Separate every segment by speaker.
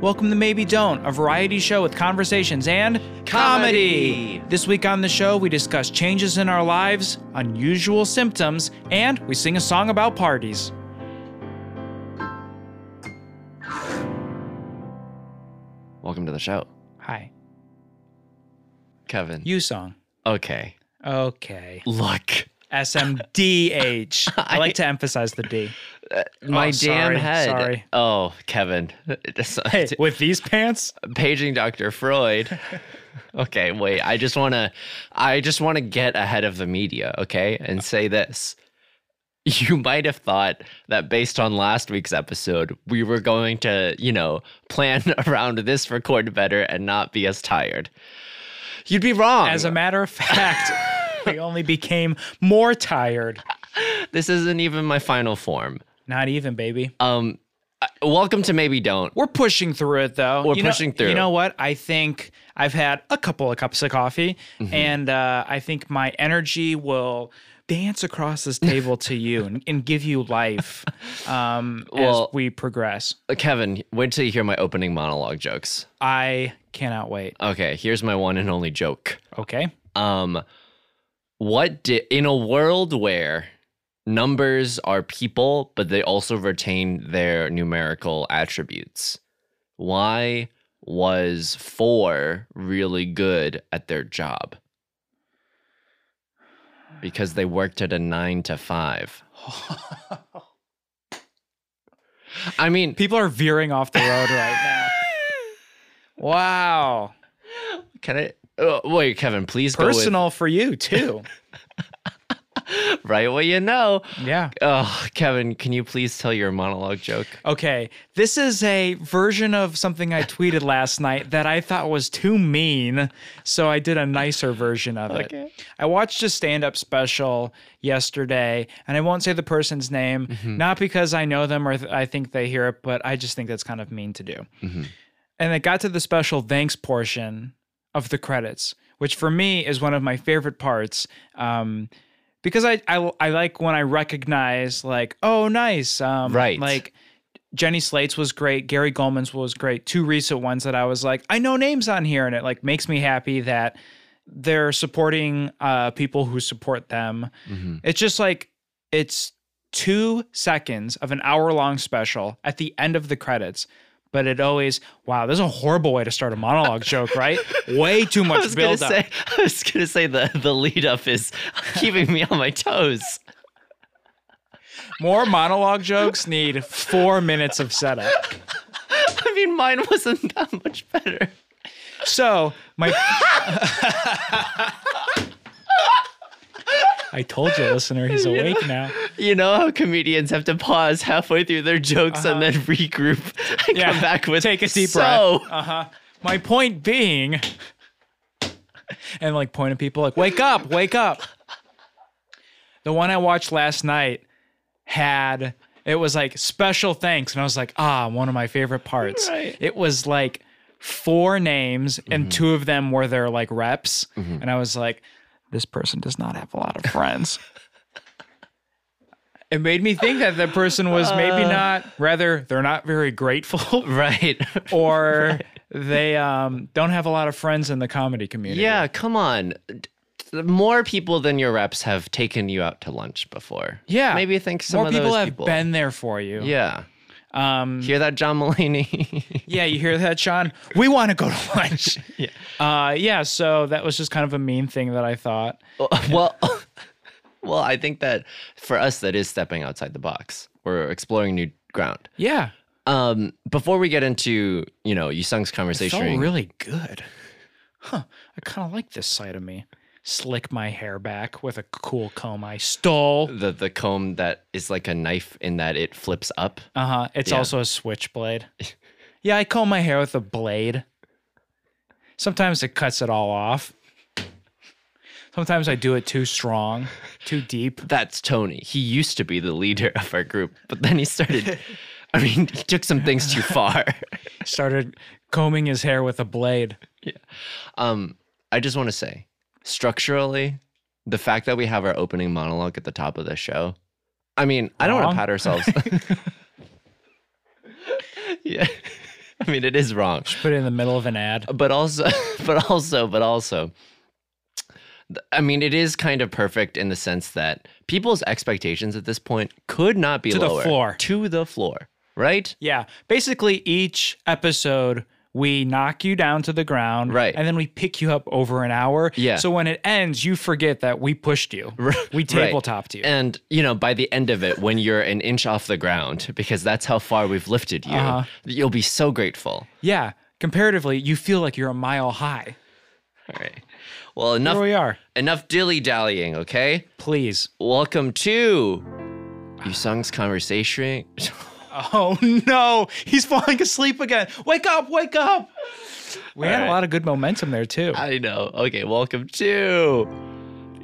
Speaker 1: Welcome to Maybe Don't, a variety show with conversations and comedy.
Speaker 2: Comedy.
Speaker 1: This week on the show, we discuss changes in our lives, unusual symptoms, and we sing a song about parties.
Speaker 2: Welcome to the show,
Speaker 1: Hi,
Speaker 2: Kevin.
Speaker 1: you song.
Speaker 2: okay.
Speaker 1: Okay.
Speaker 2: Look,
Speaker 1: SMDH. I like to emphasize the D. Oh,
Speaker 2: my damn
Speaker 1: sorry,
Speaker 2: head.
Speaker 1: sorry.
Speaker 2: Oh, Kevin. It's-
Speaker 1: Hey, with these pants?
Speaker 2: Paging Dr. Freud. okay, wait. I just want to I just want to get ahead of the media, okay? And say this. You might have thought that based on last week's episode, we were going to, you know, plan around this record better and not be as tired. You'd be wrong.
Speaker 1: As a matter of fact, we only became more tired.
Speaker 2: this isn't even my final form.
Speaker 1: Not even, baby.
Speaker 2: Um, uh, welcome to maybe don't.
Speaker 1: We're pushing through it though.
Speaker 2: We're
Speaker 1: You know-
Speaker 2: pushing through.
Speaker 1: You know what? I think I've had a couple of cups of coffee,
Speaker 2: Mm-hmm.
Speaker 1: and uh, I think my energy will dance across this table to you and, and give you life um,
Speaker 2: Well-
Speaker 1: as we progress.
Speaker 2: Uh, Kevin, wait till you hear my opening monologue jokes.
Speaker 1: I cannot wait.
Speaker 2: Okay, here's my one and only joke.
Speaker 1: Okay.
Speaker 2: Um, what did in a world where numbers are people, but they also retain their numerical attributes? Why was four really good at their job? Because they worked at a nine to five. I mean,
Speaker 1: People are veering off the road right now. Wow.
Speaker 2: Can I? Oh, wait, Kevin, please
Speaker 1: Personal for you too.
Speaker 2: go with right what you know.
Speaker 1: Yeah.
Speaker 2: Oh, Kevin, can you please tell your monologue joke?
Speaker 1: Okay, this is a version of something I tweeted last night that I thought was too mean, so I did a nicer version of it.
Speaker 2: Okay.
Speaker 1: I watched a stand-up special yesterday, and I won't say the person's name, not because I know them or th- I think they hear it, but I just think that's kind of mean to do. And it got to the special thanks portion of the credits, which for me is one of my favorite parts. Um, because I, I I like when I recognize like oh nice um
Speaker 2: Right.
Speaker 1: like Jenny Slates was great. Gary Goldman's was great. Two recent ones that I was like, I know names on here, and it like makes me happy that they're supporting uh, people who support them. It's just like it's two seconds of an hour long special at the end of the credits. But it always, wow, this is a horrible way to start a monologue joke, right? Way too
Speaker 2: I
Speaker 1: much
Speaker 2: was gonna
Speaker 1: build up.
Speaker 2: say, I was gonna say the the lead up is keeping me on my toes.
Speaker 1: More monologue jokes need four minutes of setup.
Speaker 2: I mean, mine wasn't that much better.
Speaker 1: So my. I told you, listener, he's awake now.
Speaker 2: You know how comedians have to pause halfway through their jokes and then regroup and
Speaker 1: Uh-huh. Yeah,
Speaker 2: come back with
Speaker 1: take a deep Uh-huh.
Speaker 2: so,
Speaker 1: My point being, and like point at people, like wake up, wake up. The one I watched last night had it was like special thanks, and I was like, ah, one of my favorite parts.
Speaker 2: Right.
Speaker 1: It was like four names, and two of them were their like reps, and I was like, this person does not have a lot of friends. It made me think that the person was maybe not, rather, they're not very grateful
Speaker 2: Right.
Speaker 1: or they um, don't have a lot of friends in the comedy community.
Speaker 2: yeah, come on. More people than your reps have taken you out to lunch before.
Speaker 1: Yeah.
Speaker 2: Maybe think some
Speaker 1: More
Speaker 2: of
Speaker 1: people
Speaker 2: those
Speaker 1: have
Speaker 2: people.
Speaker 1: been there for you.
Speaker 2: Yeah.
Speaker 1: Um,
Speaker 2: Hear that, John Mulaney?
Speaker 1: yeah, you hear that, Sean? We want to go to lunch. yeah. Uh, yeah, so that was just kind of a mean thing that I thought.
Speaker 2: well, well, I think that for us, that is stepping outside the box. We're exploring new ground.
Speaker 1: Yeah.
Speaker 2: Um, before we get into, you know, Yusung's
Speaker 1: Felt
Speaker 2: conversation,
Speaker 1: really good. Huh. I kind of like this side of me. Slick my hair back with a cool comb I stole.
Speaker 2: the the comb that is like a knife in that it flips up.
Speaker 1: Uh huh. It's
Speaker 2: Yeah.
Speaker 1: also a switchblade. yeah, I comb my hair with a blade. Sometimes it cuts it all off. Sometimes I do it too strong, too deep.
Speaker 2: That's Tony. He used to be the leader of our group, but then he started. I mean, he took some things too far.
Speaker 1: Started combing his hair with a blade.
Speaker 2: Um, I just want to say, structurally, the fact that we have our opening monologue at the top of the show, I mean, I don't want
Speaker 1: Wrong.
Speaker 2: to pat ourselves. yeah. I mean, it is wrong.
Speaker 1: Put it in the middle of an ad.
Speaker 2: but also but also but also th- i mean it is kind of perfect in the sense that people's expectations at this point could not be
Speaker 1: To the
Speaker 2: lower
Speaker 1: floor.
Speaker 2: to the floor right
Speaker 1: Yeah. Basically, each episode, we knock you down to the ground.
Speaker 2: Right.
Speaker 1: And then we pick you up over an hour.
Speaker 2: Yeah.
Speaker 1: So when it ends, you forget that we pushed you. We tabletopped you.
Speaker 2: and you know by the end of it when you're an inch off the ground because that's how far we've lifted you
Speaker 1: Uh-huh.
Speaker 2: you'll be so grateful
Speaker 1: yeah. Comparatively, you feel like you're a mile high.
Speaker 2: all right well
Speaker 1: Here we
Speaker 2: enough
Speaker 1: are.
Speaker 2: enough dilly-dallying okay
Speaker 1: Please.
Speaker 2: welcome to Yusung's conversation
Speaker 1: Oh, no. He's falling asleep again. Wake up. Wake up. We had
Speaker 2: right.
Speaker 1: a lot of good momentum there, too.
Speaker 2: I know. Okay, welcome to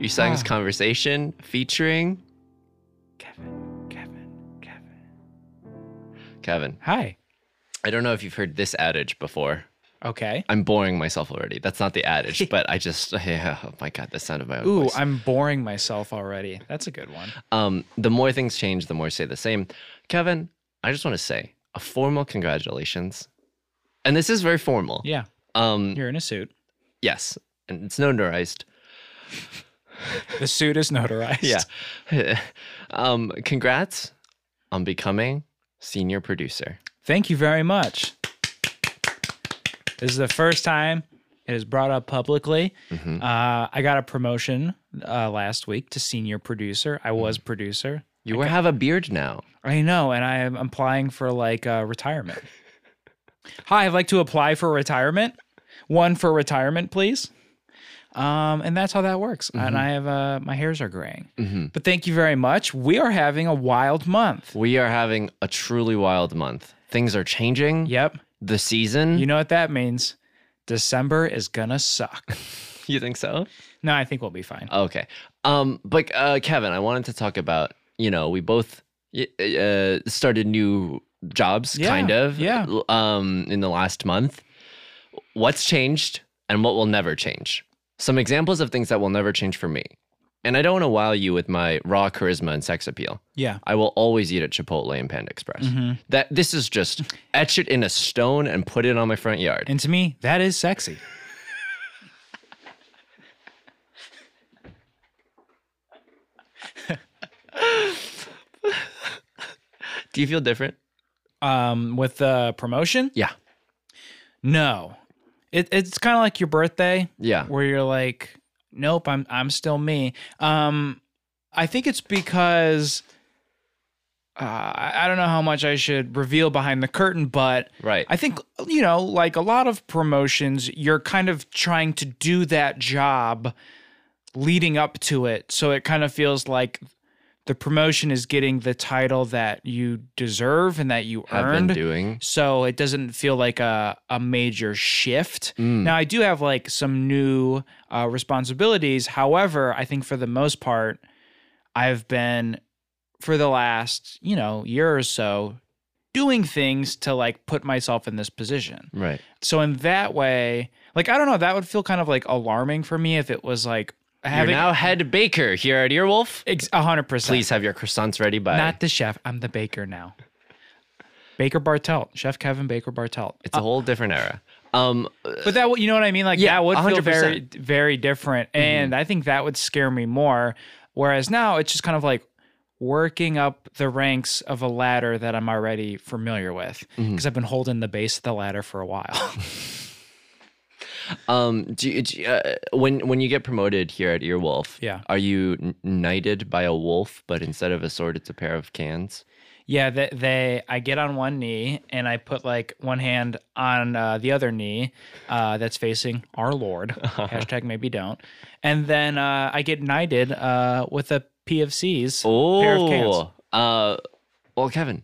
Speaker 2: Yusang's
Speaker 1: Ah.
Speaker 2: Conversation featuring
Speaker 1: Kevin, Kevin, Kevin.
Speaker 2: Kevin.
Speaker 1: Hi.
Speaker 2: I don't know if you've heard this adage before.
Speaker 1: Okay.
Speaker 2: I'm boring myself already. That's not the adage, but I just, yeah, oh my God, the sound of my own
Speaker 1: Ooh,
Speaker 2: voice.
Speaker 1: I'm boring myself already. That's a good one.
Speaker 2: Um, the more things change, the more stay the same. Kevin, I just want to say a formal congratulations. And this is very formal.
Speaker 1: Yeah.
Speaker 2: Um,
Speaker 1: You're in a suit.
Speaker 2: yes, and it's notarized.
Speaker 1: The suit is notarized.
Speaker 2: Yeah. um, congrats on becoming senior producer.
Speaker 1: Thank you very much. This is the first time it is brought up publicly. Uh, I got a promotion uh, last week to senior producer. I was producer.
Speaker 2: You wear- have a beard now.
Speaker 1: I know, and I am applying for like uh, retirement. Hi, I'd like to apply for retirement. One for retirement, please. Um, and that's how that works. And I have uh, my hairs are graying. But thank you very much. We are having a wild month.
Speaker 2: We are having a truly wild month. Things are changing.
Speaker 1: Yep.
Speaker 2: The season.
Speaker 1: You know what that means? December is gonna suck.
Speaker 2: you think so?
Speaker 1: no, I think we'll be fine.
Speaker 2: Okay. Um, but uh, Kevin, I wanted to talk about. You know, we both y- uh, started new jobs,
Speaker 1: Yeah,
Speaker 2: kind of.
Speaker 1: yeah.
Speaker 2: l- Um, in the last month, what's changed and what will never change? Some examples of things that will never change for me. And I don't want to wow you with my raw charisma and sex appeal.
Speaker 1: Yeah.
Speaker 2: I will always eat at Chipotle and Panda Express.
Speaker 1: Mm-hmm.
Speaker 2: That this is just etch it in a stone and put it on my front yard.
Speaker 1: And to me, that is sexy.
Speaker 2: Do you feel different?
Speaker 1: Um, with the promotion?
Speaker 2: Yeah.
Speaker 1: No. It, it's kind of like your birthday
Speaker 2: Yeah.
Speaker 1: where you're like, nope, I'm I'm still me. Um, I think it's because uh, I I don't know how much I should reveal behind the curtain, but
Speaker 2: Right.
Speaker 1: I think you know, like a lot of promotions, you're kind of trying to do that job leading up to it, so it kind of feels like the promotion is getting the title that you deserve and that you
Speaker 2: have
Speaker 1: earned
Speaker 2: been doing.
Speaker 1: so it doesn't feel like a, a major shift.
Speaker 2: Mm. Hmm.
Speaker 1: Now, I do have like some new uh, responsibilities. However, I think for the most part, I've been for the last, you know, year or so doing things to like put myself in this position.
Speaker 2: Right.
Speaker 1: So, in that way, like, I don't know, that would feel kind of like alarming for me if it was like having
Speaker 2: You're now head baker here at Earwolf.
Speaker 1: ex- 100%.
Speaker 2: Please have your croissants ready by.
Speaker 1: Not the chef, I'm the baker now. Baker Bartelt, Chef Kevin Baker Bartelt.
Speaker 2: it's a whole different era. Um,
Speaker 1: But that would, you know what I mean? Like
Speaker 2: Yeah,
Speaker 1: that would feel
Speaker 2: 100%.
Speaker 1: very, very different. And I think that would scare me more. Whereas now it's just kind of like working up the ranks of a ladder that I'm already familiar with because I've been holding the base of the ladder for a while.
Speaker 2: um, do, you- do you, uh, when when you get promoted here at Earwolf,
Speaker 1: Yeah.
Speaker 2: are you kn- knighted by a wolf, but instead of a sword, it's a pair of cans?
Speaker 1: yeah, they, they, I get on one knee and I put like one hand on uh, the other knee uh, that's facing our Lord. Hashtag maybe don't. And then uh, I get knighted uh, with a PFC's pair of cans.
Speaker 2: Oh, uh, well, Kevin,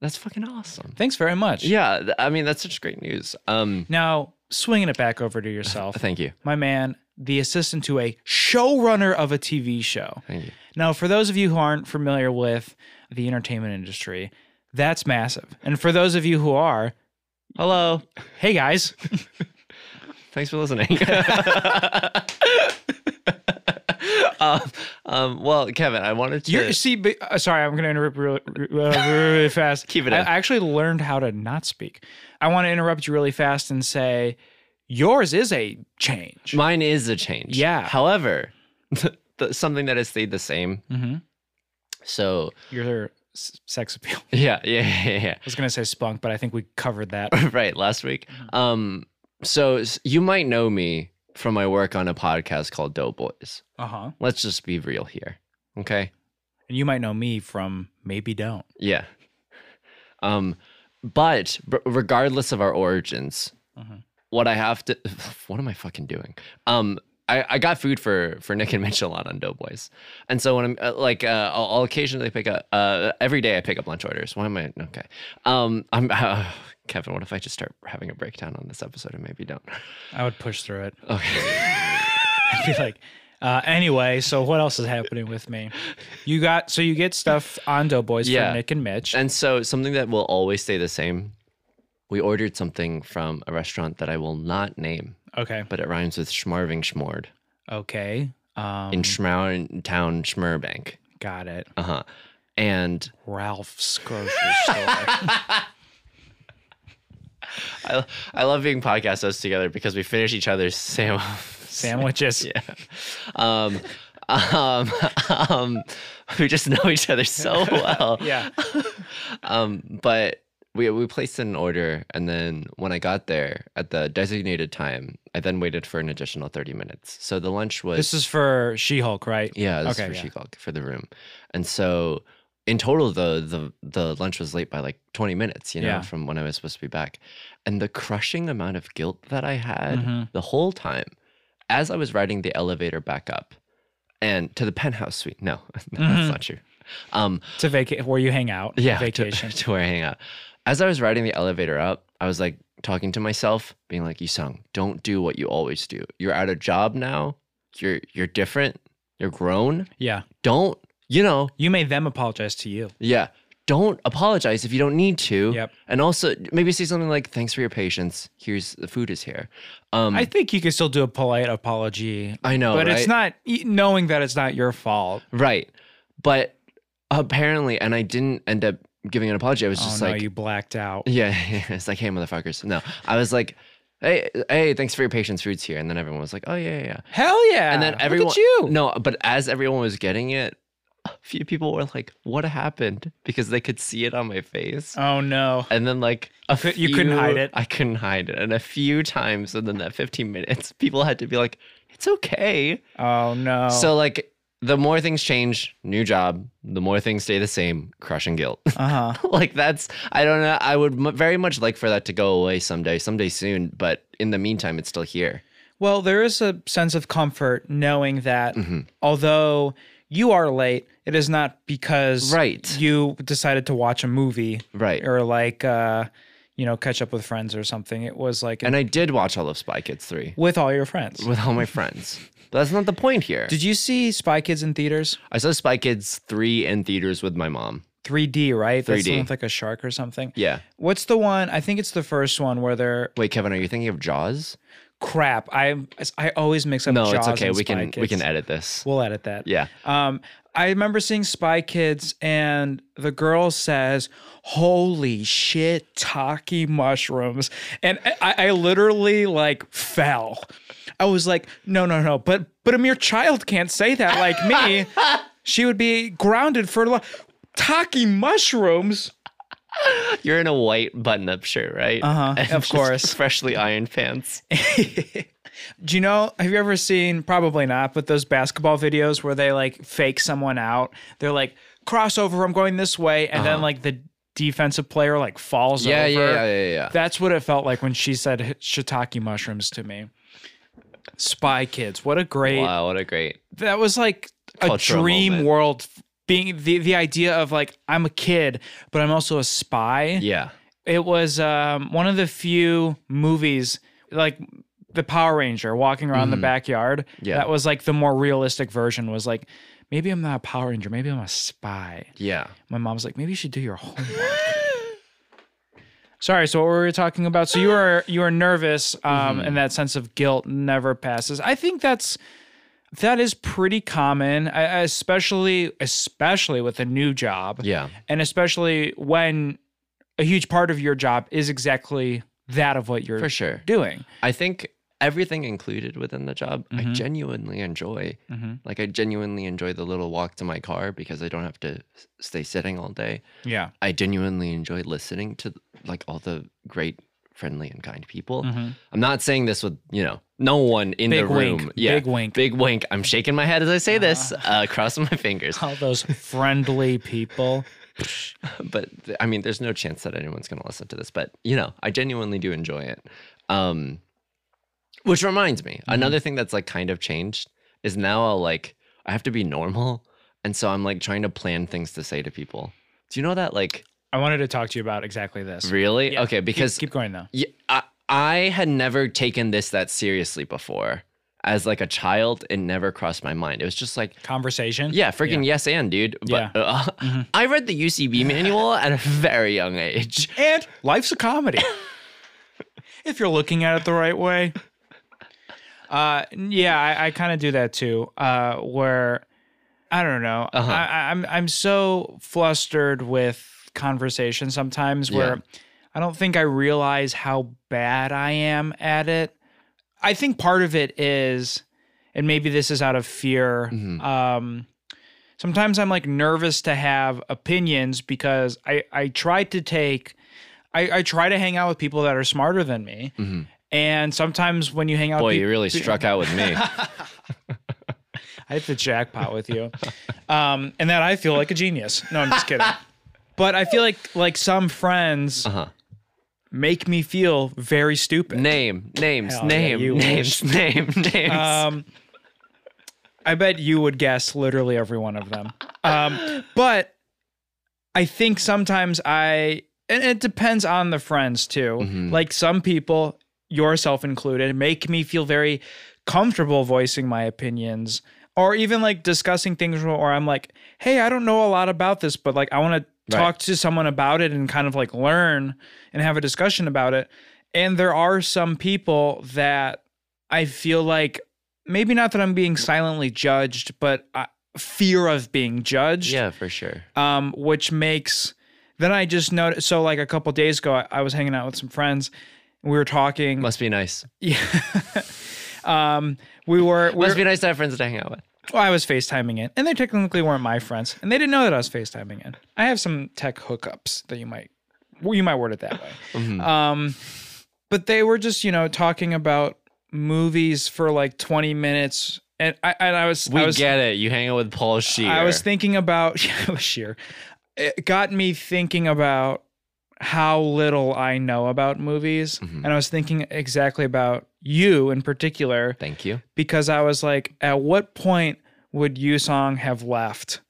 Speaker 2: that's fucking awesome.
Speaker 1: Thanks very much.
Speaker 2: Yeah, th- I mean that's such great news. Um,
Speaker 1: Now, swinging it back over to yourself,
Speaker 2: thank you,
Speaker 1: my man, the assistant to a showrunner of a TV show.
Speaker 2: thank you.
Speaker 1: Now, for those of you who aren't familiar with the entertainment industry, that's massive. And for those of you who are,
Speaker 2: Hello,
Speaker 1: hey guys,
Speaker 2: thanks for listening. um, um, well, Kevin, I wanted to.
Speaker 1: You're, see, but, uh, sorry, I'm going to interrupt really, really, really fast.
Speaker 2: Keep it
Speaker 1: I,
Speaker 2: in.
Speaker 1: I actually learned how to not speak. I want to interrupt you really fast and say, yours is a change.
Speaker 2: Mine is a change.
Speaker 1: Yeah.
Speaker 2: However, the, something that has stayed the same.
Speaker 1: Mhm.
Speaker 2: So
Speaker 1: Your s- sex appeal. I
Speaker 2: yeah, yeah, yeah,
Speaker 1: was going to say spunk, but I think we covered that.
Speaker 2: yeah. right. Last week.
Speaker 1: Mm-hmm.
Speaker 2: Um. So s- you might know me from my work on a podcast called Doughboys.
Speaker 1: Uh huh.
Speaker 2: Let's just be real here, okay?
Speaker 1: And you might know me from maybe don't.
Speaker 2: Yeah. Um, but r- regardless of our origins,
Speaker 1: Mhm.
Speaker 2: what I have to, what am I fucking doing? Um, I, I got food for for Nick and Mitch a lot on Doughboys, and so when I'm uh, like, uh, I'll, I'll occasionally pick up. Uh, every day I pick up lunch orders. Why am I okay? Um, I'm Kevin. What if I just start having a breakdown on this episode and maybe don't?
Speaker 1: I would push through it.
Speaker 2: Okay.
Speaker 1: I'd be like, uh, anyway, so what else is happening with me? You got, so you get stuff on Doughboys
Speaker 2: Yeah.
Speaker 1: from Nick and Mitch.
Speaker 2: And so something that will always stay the same. We ordered something from a restaurant that I will not name,
Speaker 1: okay.
Speaker 2: but it rhymes with Schmarving Schmord.
Speaker 1: Okay. Um,
Speaker 2: in Schmountown Schmerbank.
Speaker 1: got it.
Speaker 2: Uh huh. And
Speaker 1: Ralph's grocery store.
Speaker 2: I, I love being podcast hosts together because we finish each other's sam-
Speaker 1: Sandwiches.
Speaker 2: yeah. Um, um, um, we just know each other so well.
Speaker 1: Yeah.
Speaker 2: Um, but we we placed an order, and then when I got there at the designated time, I then waited for an additional thirty minutes. So the lunch was
Speaker 1: This is for She Hulk, right?
Speaker 2: Yeah, this
Speaker 1: Okay,
Speaker 2: is
Speaker 1: yeah.
Speaker 2: for She-Hulk for the room. And so in total the the the lunch was late by like 20 minutes, you know,
Speaker 1: Yeah.
Speaker 2: from when I was supposed to be back. And the crushing amount of guilt that I had
Speaker 1: Mhm.
Speaker 2: the whole time as I was riding the elevator back up and to the penthouse suite. No, no
Speaker 1: Mhm.
Speaker 2: that's not true. Um
Speaker 1: To vaca- where you hang out.
Speaker 2: yeah, to-
Speaker 1: Vacation.
Speaker 2: to where I hang out. As I was riding the elevator up, I was like talking to myself, being like, Yusung, don't do what you always do. You're at a job now. You're you're different. You're grown
Speaker 1: yeah.
Speaker 2: don't you know
Speaker 1: You made them apologize to you.
Speaker 2: yeah don't apologize if you don't need to
Speaker 1: Yep.
Speaker 2: and also maybe say something like thanks for your patience here's the food is here um
Speaker 1: I
Speaker 2: i,
Speaker 1: think you can still do a polite apology,
Speaker 2: know
Speaker 1: but
Speaker 2: right?
Speaker 1: it's not y- knowing that it's not your fault.
Speaker 2: right but apparently and i didn't end up giving an apology i was just
Speaker 1: oh,
Speaker 2: like
Speaker 1: no, you blacked out.
Speaker 2: yeah it's like hey motherfuckers no i was like hey hey thanks for your patience food's here and then everyone was like oh yeah yeah, yeah
Speaker 1: Hell yeah.
Speaker 2: and then
Speaker 1: Look at
Speaker 2: everyone
Speaker 1: you.
Speaker 2: no but as everyone was getting it a few people were like what happened because they could see it on my face
Speaker 1: Oh, no.
Speaker 2: And then like a
Speaker 1: cou- you couldn't hide
Speaker 2: few-
Speaker 1: it.
Speaker 2: I couldn't hide it. And a few times within that 15 minutes, people had to be like, it's okay.
Speaker 1: Oh, no.
Speaker 2: So like the more things change, new job, the more things stay the same, crushing guilt.
Speaker 1: uh huh.
Speaker 2: like that's I don't know. I would m- very much like for that to go away someday, someday soon, but in the meantime it's still here.
Speaker 1: Well, there is a sense of comfort knowing that
Speaker 2: Mm-hmm.
Speaker 1: although you are late, it is not because
Speaker 2: Right.
Speaker 1: you decided to watch a movie
Speaker 2: Right.
Speaker 1: or like uh, you know catch up with friends or something. It was like
Speaker 2: And I did watch all of Spy Kids 3
Speaker 1: with all your friends.
Speaker 2: with all my friends. But that's not the point here.
Speaker 1: Did you see Spy Kids in theaters?
Speaker 2: I saw Spy Kids 3 in theaters with my mom.
Speaker 1: 3D, right? That's the
Speaker 2: 3D.
Speaker 1: one with like a shark or something.
Speaker 2: Yeah.
Speaker 1: What's the one? I think it's the first one where they're
Speaker 2: Wait, Kevin, are you thinking of Jaws?
Speaker 1: crap. I I always mix up.
Speaker 2: No,
Speaker 1: Jaws
Speaker 2: it's okay.
Speaker 1: and
Speaker 2: We
Speaker 1: Spy
Speaker 2: can we
Speaker 1: Kids.
Speaker 2: can edit this.
Speaker 1: We'll edit that.
Speaker 2: Yeah.
Speaker 1: Um, I remember seeing Spy Kids, and the girl says, "Holy shit, Taki mushrooms!" And I, I literally like fell. I was like, "No, no, no!" But but a mere child can't say that like me. she would be grounded for life. Taki mushrooms.
Speaker 2: You're in a white button-up shirt, right? Uh-huh.
Speaker 1: of course.
Speaker 2: Freshly ironed pants.
Speaker 1: Do you know? Have you ever seen? Probably not, but those basketball videos where they like fake someone out. They're like crossover. I'm going this way, and then like the defensive player like falls
Speaker 2: Uh-huh. Yeah,
Speaker 1: over.
Speaker 2: yeah, yeah, yeah, yeah.
Speaker 1: That's what it felt like when she said h- shiitake mushrooms to me. Spy Kids. What a great.
Speaker 2: Wow, what a great.
Speaker 1: That was like a
Speaker 2: Cultural
Speaker 1: dream
Speaker 2: moment.
Speaker 1: world. f- Being the the idea of like I'm a kid, but I'm also a spy
Speaker 2: Yeah.
Speaker 1: it was um, one of the few movies like the Power Ranger walking around the backyard.
Speaker 2: Yeah.
Speaker 1: That was like the more realistic version was like, maybe I'm not a Power Ranger, maybe I'm a spy.
Speaker 2: Yeah.
Speaker 1: My mom's like, maybe you should do your homework. Sorry, so what were we talking about? So you were you were nervous, um, and that sense of guilt never passes. I think that's that is pretty common, I- I- especially especially with a new job,
Speaker 2: Yeah.
Speaker 1: and especially when a huge part of your job is exactly that of what you're
Speaker 2: For sure.
Speaker 1: doing.
Speaker 2: I think everything included within the job, I
Speaker 1: Mhm.
Speaker 2: genuinely enjoy.
Speaker 1: Mhm.
Speaker 2: Like, I genuinely enjoy the little walk to my car because I don't have to s- stay sitting all day.
Speaker 1: Yeah.
Speaker 2: I genuinely enjoy listening to like all the great, friendly, and kind people.
Speaker 1: Mhm.
Speaker 2: I'm not saying this with, you know, no one in
Speaker 1: Big
Speaker 2: the room.
Speaker 1: wink.
Speaker 2: Yeah.
Speaker 1: Big wink.
Speaker 2: Big wink. I'm shaking my head as I say this, uh, crossing my fingers.
Speaker 1: All those friendly people.
Speaker 2: but th- I mean, there's no chance that anyone's going to listen to this, but you know, I genuinely do enjoy it. Um, which reminds me, another thing that's like kind of changed is now I'll like, I have to be normal. And so I'm like trying to plan things to say to people. Do you know that? Like,
Speaker 1: I wanted to talk to you about exactly this.
Speaker 2: really?
Speaker 1: Yeah.
Speaker 2: Okay.
Speaker 1: Keep-
Speaker 2: Because
Speaker 1: keep, going though.
Speaker 2: Yeah, I, I had never taken this that seriously before. As like a child, it never crossed my mind. It was just like,
Speaker 1: Conversation.
Speaker 2: yeah, freaking yes and dude. But uh,
Speaker 1: Mm-hmm.
Speaker 2: I read the UCB manual at a very young age.
Speaker 1: And life's a comedy. if you're looking at it the right way. Uh, yeah, I, I kind of do that too. Uh, where I don't know,
Speaker 2: Uh-huh.
Speaker 1: I, I- I'm I'm so flustered with conversation sometimes where I don't think I realize how bad I am at it. I think part of it is, and maybe this is out of fear.
Speaker 2: Mm-hmm.
Speaker 1: Um, sometimes I'm like nervous to have opinions because I I try to take, I, I try to hang out with people that are smarter than me, and sometimes when you hang out,
Speaker 2: Mm-hmm. Boy,
Speaker 1: with
Speaker 2: you really struck out with me.
Speaker 1: I hit the jackpot with you, um, and that I feel like a genius. No, I'm just kidding. But I feel like like some friends
Speaker 2: Uh-huh.
Speaker 1: make me feel very stupid.
Speaker 2: Name, names,
Speaker 1: Hell yeah,
Speaker 2: name,
Speaker 1: you
Speaker 2: names, name, names.
Speaker 1: Um, I bet you would guess literally every one of them. Um, but I think sometimes I, and it depends on the friends too. Like some people, yourself included, make me feel very comfortable voicing my opinions or even like discussing things where I'm like, hey, I don't know a lot about this, but like I want to
Speaker 2: Right.
Speaker 1: talk to someone about it and kind of like learn and have a discussion about it. And there are some people that I feel like maybe not that I'm being silently judged, but uh, fear of being judged.
Speaker 2: yeah, for sure.
Speaker 1: Um, which makes then I just noticed. So like a couple days ago, I, I was hanging out with some friends. and We were talking.
Speaker 2: Must be nice.
Speaker 1: yeah. um, we were. we
Speaker 2: Must
Speaker 1: were
Speaker 2: be nice to have friends to hang out with.
Speaker 1: well, I was FaceTiming in, and they technically weren't my friends, and they didn't know that I was FaceTiming in. I have some tech hookups that you might, well, you might word it that way.
Speaker 2: Mm-hmm.
Speaker 1: Um, but they were just, you know, talking about movies for like 20 minutes, and I and I was,
Speaker 2: We
Speaker 1: I was,
Speaker 2: get it. You hang out with Paul Shear.
Speaker 1: I was thinking about yeah, it was sheer. It got me thinking about how little I know about movies,
Speaker 2: Mm-hmm.
Speaker 1: and I was thinking exactly about you in particular
Speaker 2: Thank you.
Speaker 1: because I was like, at what point would you song have left?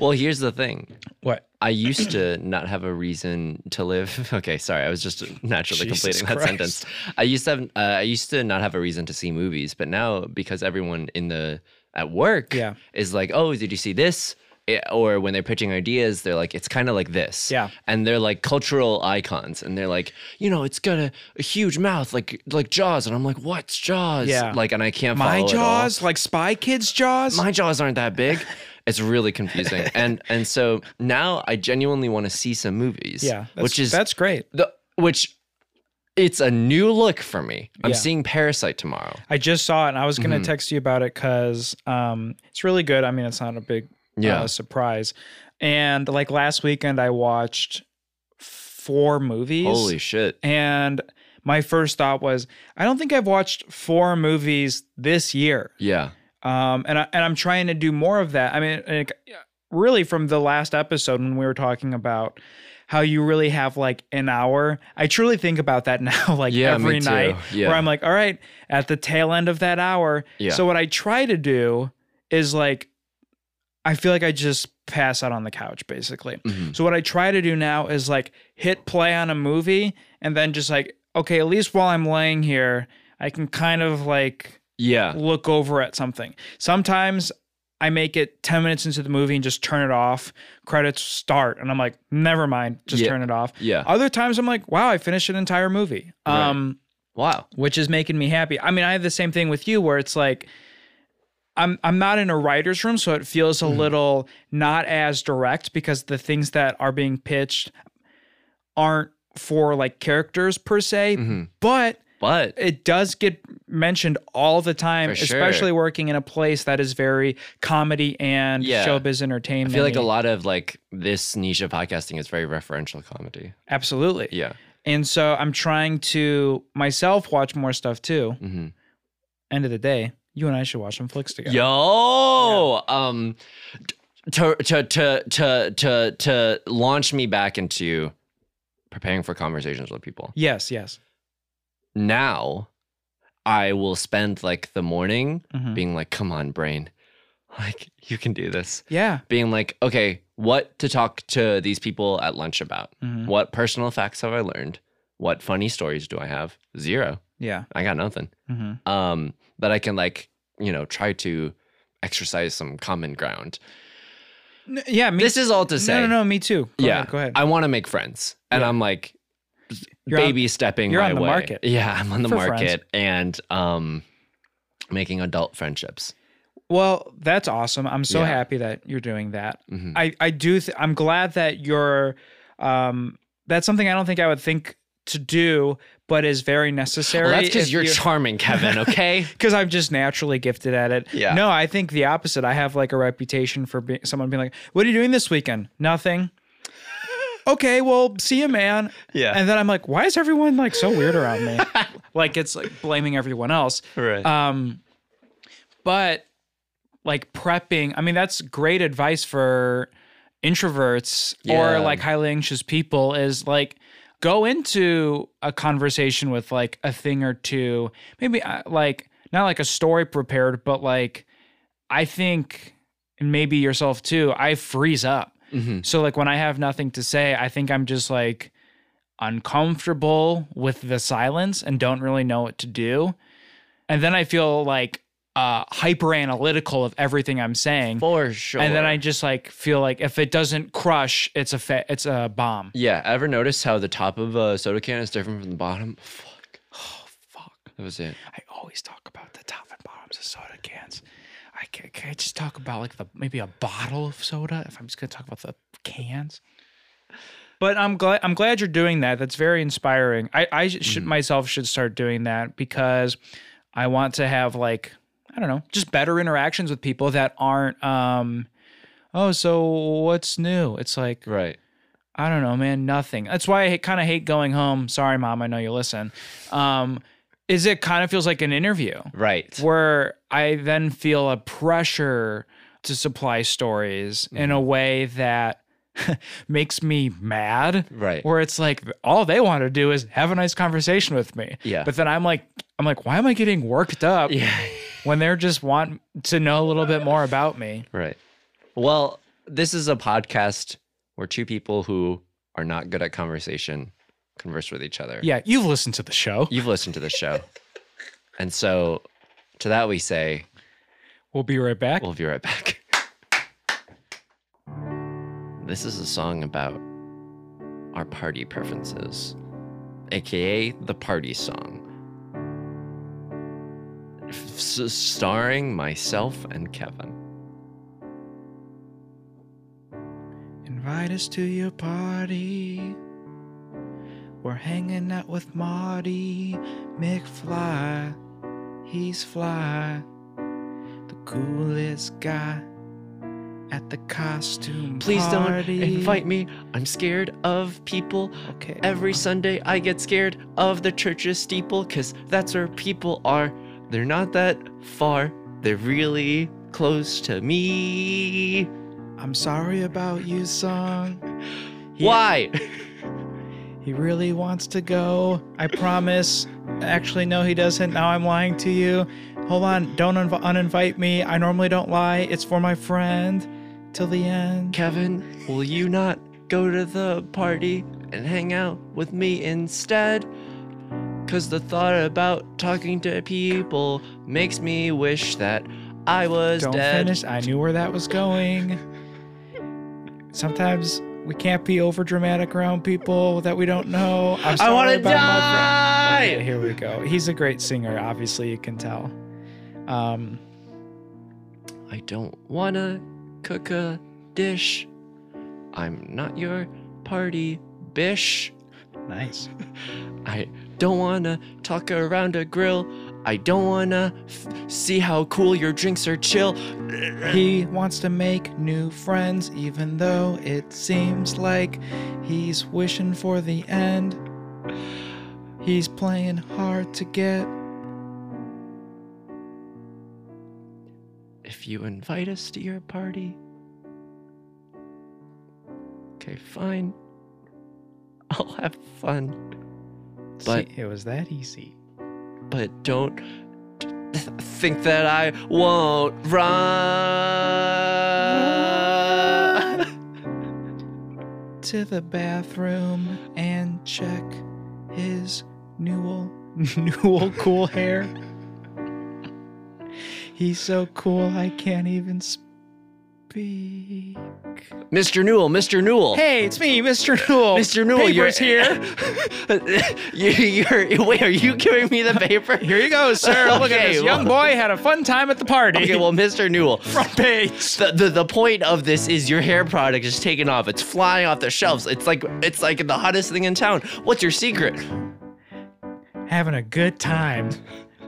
Speaker 2: Well, here's the thing.
Speaker 1: What?
Speaker 2: I used to not have a reason to live. Okay, sorry. I was just naturally
Speaker 1: Jesus
Speaker 2: completing that
Speaker 1: Christ.
Speaker 2: sentence. I used to have, uh, I used to not have a reason to see movies, but now because everyone in the at work
Speaker 1: Yeah.
Speaker 2: is like, "Oh, did you see this?" It- or when they're pitching ideas, they're like, "It's kind of like this."
Speaker 1: Yeah.
Speaker 2: And they're like cultural icons and they're like, "You know, it's got a, a huge mouth like like Jaws." And I'm like, "What's Jaws?"
Speaker 1: Yeah.
Speaker 2: Like and I can't
Speaker 1: My
Speaker 2: follow it all
Speaker 1: jaws, like Spy Kids jaws.
Speaker 2: my jaws aren't that big. It's really confusing. and and so now I genuinely want to see some movies.
Speaker 1: yeah, that's,
Speaker 2: which is
Speaker 1: that's great.
Speaker 2: the which it's a new look for me. I'm
Speaker 1: Yeah.
Speaker 2: seeing Parasite tomorrow.
Speaker 1: I just saw it, and I was
Speaker 2: Mm-hmm.
Speaker 1: gonna text you about it because um, it's really good. I mean, it's not a big
Speaker 2: Yeah.
Speaker 1: uh, surprise. And like last weekend, I watched four movies.
Speaker 2: Holy shit.
Speaker 1: And my first thought was, I don't think I've watched four movies this year.
Speaker 2: Yeah.
Speaker 1: um, and I, and I'm trying to do more of that. I mean, like, really, from the last episode when we were talking about how you really have like an hour, I truly think about that now, like
Speaker 2: Yeah, me
Speaker 1: every
Speaker 2: too.
Speaker 1: night,
Speaker 2: Yeah.
Speaker 1: where I'm like, all right, at the tail end of that hour.
Speaker 2: Yeah.
Speaker 1: So what I try to do is like, I feel like I just pass out on the couch basically.
Speaker 2: Mhm.
Speaker 1: So what I try to do now is like hit play on a movie and then just like, okay, at least while I'm laying here, I can kind of like
Speaker 2: Yeah.
Speaker 1: look over at something. Sometimes I make it 10 minutes into the movie and just turn it off. Credits start and I'm like, never mind, just
Speaker 2: Yeah.
Speaker 1: turn it off.
Speaker 2: Yeah.
Speaker 1: Other times I'm like, wow, I finished an entire movie. Um
Speaker 2: Wow.
Speaker 1: which is making me happy. I mean, I have the same thing with you where it's like I'm I'm not in a writer's room, so it feels a
Speaker 2: Mm-hmm.
Speaker 1: little not as direct because the things that are being pitched aren't for like characters per se,
Speaker 2: Mm-hmm.
Speaker 1: but
Speaker 2: But
Speaker 1: it does get mentioned all the time,
Speaker 2: For sure.
Speaker 1: especially working in a place that is very comedy and
Speaker 2: Yeah.
Speaker 1: showbiz entertainment.
Speaker 2: I feel like a lot of like this niche of podcasting is very referential comedy.
Speaker 1: Absolutely.
Speaker 2: Yeah.
Speaker 1: And so I'm trying to myself watch more stuff too.
Speaker 2: Mm-hmm.
Speaker 1: End of the day, you and I should watch some flicks together.
Speaker 2: Yo, um, to to to to to to launch me back into preparing for conversations with people.
Speaker 1: Yes, yes.
Speaker 2: Now, I will spend like the morning
Speaker 1: Mhm.
Speaker 2: being like, "Come on, brain, like you can do this."
Speaker 1: Yeah.
Speaker 2: Being like, "Okay, what to talk to these people at lunch about?
Speaker 1: Mhm.
Speaker 2: What personal facts have I learned? What funny stories do I have? Zero.
Speaker 1: Yeah.
Speaker 2: I got nothing."
Speaker 1: hmm
Speaker 2: um, that I can like, you know, try to exercise some common ground.
Speaker 1: yeah. Me
Speaker 2: this is all to
Speaker 1: no,
Speaker 2: say.
Speaker 1: No, no, me too. Go
Speaker 2: yeah,
Speaker 1: Ahead, go ahead.
Speaker 2: I want to make friends, and
Speaker 1: Yeah.
Speaker 2: I'm like
Speaker 1: You're on-
Speaker 2: baby stepping.
Speaker 1: you're
Speaker 2: my
Speaker 1: on the
Speaker 2: way.
Speaker 1: market
Speaker 2: Yeah, I'm on the
Speaker 1: for
Speaker 2: market and um, making adult friendships.
Speaker 1: well, that's awesome. I'm so
Speaker 2: Yeah.
Speaker 1: happy that you're doing that.
Speaker 2: Mhm.
Speaker 1: I, I do. Th- I'm glad that you're. Um, that's something I don't think I would think to do, but is very necessary.
Speaker 2: Well, that's because
Speaker 1: if
Speaker 2: you're charming, Kevin. Okay.
Speaker 1: because I'm just naturally gifted at it.
Speaker 2: Yeah.
Speaker 1: No, I think the opposite. I have like a reputation for being someone being like, "What are you doing this weekend? Nothing." okay, well, see you, man.
Speaker 2: Yeah.
Speaker 1: And then I'm like, why is everyone like so weird around me? like it's like blaming everyone else.
Speaker 2: right.
Speaker 1: Um, but like prepping, I mean, that's great advice for introverts
Speaker 2: Yeah.
Speaker 1: or like highly anxious people is like go into a conversation with like a thing or two, maybe uh, like not like a story prepared, but like I think, and maybe yourself too, I freeze up.
Speaker 2: Mhm.
Speaker 1: So like when I have nothing to say, I think I'm just like uncomfortable with the silence and don't really know what to do. And then I feel like uh hyper analytical of everything I'm saying.
Speaker 2: mm-hmm. For sure.
Speaker 1: And then I just like feel like if it doesn't crush, it's a fa- it's a bomb.
Speaker 2: Yeah. Ever notice how the top of a soda can is different from the bottom? Fuck. Oh fuck. That was it.
Speaker 1: I always talk about the top and bottoms of soda cans. I can, can I just talk about like the maybe a bottle of soda if I'm just gonna talk about the cans. But I'm glad I'm glad you're doing that. That's very inspiring. I I sh- should myself should start doing that because I want to have like I don't know just better interactions with people that aren't um oh so what's new? It's like
Speaker 2: Right.
Speaker 1: I don't know, man. Nothing. That's why I kind of hate going home. Sorry, mom. I know you listen. Um, is it kind of feels like an interview
Speaker 2: Right.
Speaker 1: where I then feel a pressure to supply stories in
Speaker 2: Mm-hmm.
Speaker 1: a way that makes me mad.
Speaker 2: Right.
Speaker 1: Where it's like all they want to do is have a nice conversation with me.
Speaker 2: Yeah.
Speaker 1: But then I'm like, I'm like, why am I getting worked up
Speaker 2: yeah.
Speaker 1: when they're just want to know a little bit more about me?
Speaker 2: Right. Well, this is a podcast where two people who are not good at conversation converse with each other.
Speaker 1: Yeah, you've listened to the show.
Speaker 2: You've listened to the show. and so to that we say,
Speaker 1: We'll be right back.
Speaker 2: we'll be right back. This is a song about our party preferences, aka the party song. F- s- starring myself and Kevin.
Speaker 1: Invite us to your party. We're hanging out with Marty McFly. He's fly, the coolest guy at the costume
Speaker 2: Please don't
Speaker 1: party.
Speaker 2: invite me. I'm scared of people.
Speaker 1: Okay.
Speaker 2: Every Sunday I get scared of the church's steeple because that's where people are. They're not that far, they're really close to me.
Speaker 1: I'm sorry about you, song. He-
Speaker 2: Why?
Speaker 1: He really wants to go. I promise. Actually, no, he doesn't. Now I'm lying to you. Hold on. Don't unv- uninvite me. I normally don't lie. It's for my friend. Till the end.
Speaker 2: Kevin, will you not go to the party and hang out with me instead? Because the thought about talking to people makes me wish that I was
Speaker 1: Don't
Speaker 2: dead.
Speaker 1: finish. I knew where that was going. Sometimes we can't be over dramatic around people that we don't know. I'm
Speaker 2: I
Speaker 1: sorry
Speaker 2: want to
Speaker 1: about my friend.
Speaker 2: die!
Speaker 1: Okay, here we go. He's a great singer, obviously you can tell. Um,
Speaker 2: I don't wanna cook a dish. I'm not your party bish.
Speaker 3: Nice.
Speaker 2: I don't wanna talk around a grill. I don't wanna f- see how cool your drinks are chill.
Speaker 1: He wants to make new friends, even though it seems like he's wishing for the end. He's playing hard to get.
Speaker 2: If you invite us to your party. Okay, fine. I'll have fun, But-
Speaker 3: See, it was that easy.
Speaker 2: but don't th- think that I won't run.
Speaker 1: To the bathroom and check his newel, newel cool hair. He's so cool, I can't even speak.
Speaker 2: Mr. Newell, Mr. Newell.
Speaker 1: Hey, it's me, Mr. Newell.
Speaker 2: Mr. Newell,
Speaker 1: Paper's here.
Speaker 2: you're you're, you're wait, are you giving me the paper?
Speaker 1: Here you go, sir. Look at
Speaker 2: Okay,
Speaker 1: this
Speaker 2: well-
Speaker 1: young boy had a fun time at the party.
Speaker 2: Okay, well, Mr. Newell,
Speaker 1: front page.
Speaker 2: the, the the point of this is your hair product is taking off. It's flying off the shelves. It's like it's like the hottest thing in town. What's your secret?
Speaker 1: Having a good time.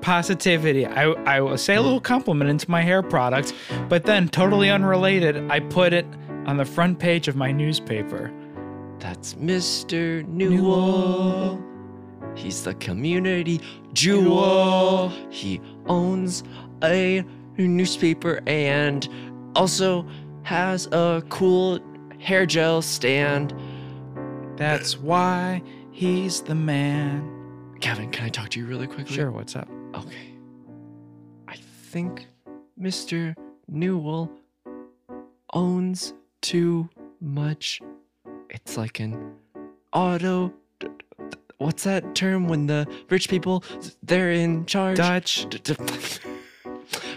Speaker 1: Positivity. I, I will say a little compliment into my hair product, but then totally unrelated, I put it on the front page of my newspaper.
Speaker 2: That's Mr. Newell. He's the community jewel. He owns a newspaper and also has a cool hair gel stand.
Speaker 1: That's why he's the man.
Speaker 2: Kevin, can I talk to you really quickly?
Speaker 1: Sure, what's up?
Speaker 2: Okay. I think Mr. Newell owns too much. It's like an auto. What's that term when the rich people they're in charge?
Speaker 1: Dutch.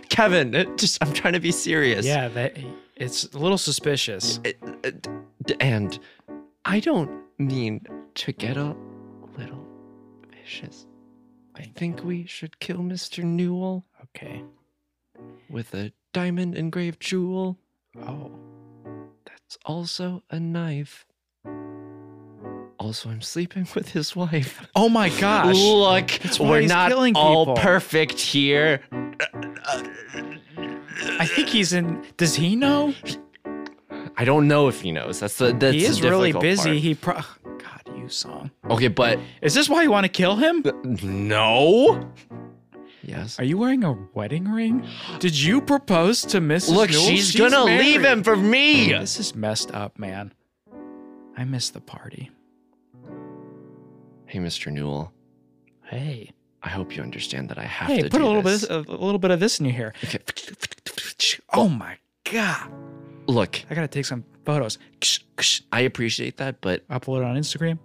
Speaker 2: Kevin, it- just I'm trying to be serious.
Speaker 1: Yeah, that, it's a little suspicious.
Speaker 2: It- it- and I don't mean to get a little vicious. I think we should kill Mr. Newell.
Speaker 1: Okay.
Speaker 2: with a diamond engraved jewel
Speaker 1: Oh.
Speaker 2: that's also a knife. Also, I'm sleeping with his wife.
Speaker 1: Oh my gosh.
Speaker 2: Look,
Speaker 1: That's why
Speaker 2: we're
Speaker 1: he's
Speaker 2: not
Speaker 1: killing
Speaker 2: all
Speaker 1: people.
Speaker 2: perfect here.
Speaker 1: I think he's in. Does he know?
Speaker 2: I don't know if he knows. That's the that's
Speaker 1: he
Speaker 2: the
Speaker 1: is really
Speaker 2: difficult
Speaker 1: busy. He pro. God, you song.
Speaker 2: part. Okay, but
Speaker 1: Is this why you want to kill him?
Speaker 2: no. Yes.
Speaker 1: Are you wearing a wedding ring? Did you propose to Mrs.
Speaker 2: Look,
Speaker 1: Newell?
Speaker 2: she's, gonna
Speaker 1: married.
Speaker 2: leave him for me.
Speaker 1: This is messed up, man. I miss the party.
Speaker 2: Hey, Mr. Newell.
Speaker 1: Hey,
Speaker 2: I hope you understand that I have
Speaker 1: hey,
Speaker 2: to
Speaker 1: put a
Speaker 2: do
Speaker 1: little
Speaker 2: this.
Speaker 1: bit, of, a little bit of this in your hair.
Speaker 2: Okay.
Speaker 1: Oh my god!
Speaker 2: Look,
Speaker 1: I gotta take some photos.
Speaker 2: I appreciate that, but
Speaker 1: Upload it on Instagram.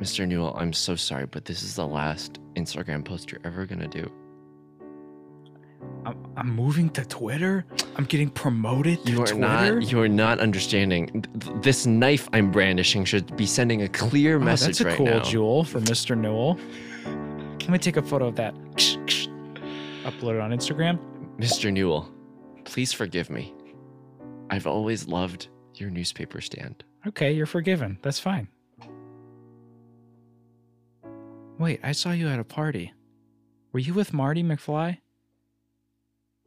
Speaker 2: Mr. Newell, I'm so sorry, but this is the last Instagram post you're ever gonna do.
Speaker 1: I'm, I'm moving to Twitter. I'm getting promoted to
Speaker 2: You are
Speaker 1: Twitter.
Speaker 2: not. You are not understanding. Th- th- This knife I'm brandishing should be sending a clear
Speaker 1: Oh,
Speaker 2: message
Speaker 1: that's a
Speaker 2: right
Speaker 1: cool
Speaker 2: now.
Speaker 1: jewel for Mr. Newell. Let me take a photo of that. Upload it on Instagram.
Speaker 2: Mr. Newell, please forgive me. I've always loved your newspaper stand.
Speaker 1: Okay, you're forgiven. That's fine. Wait, I saw you at a party. Were you with Marty McFly?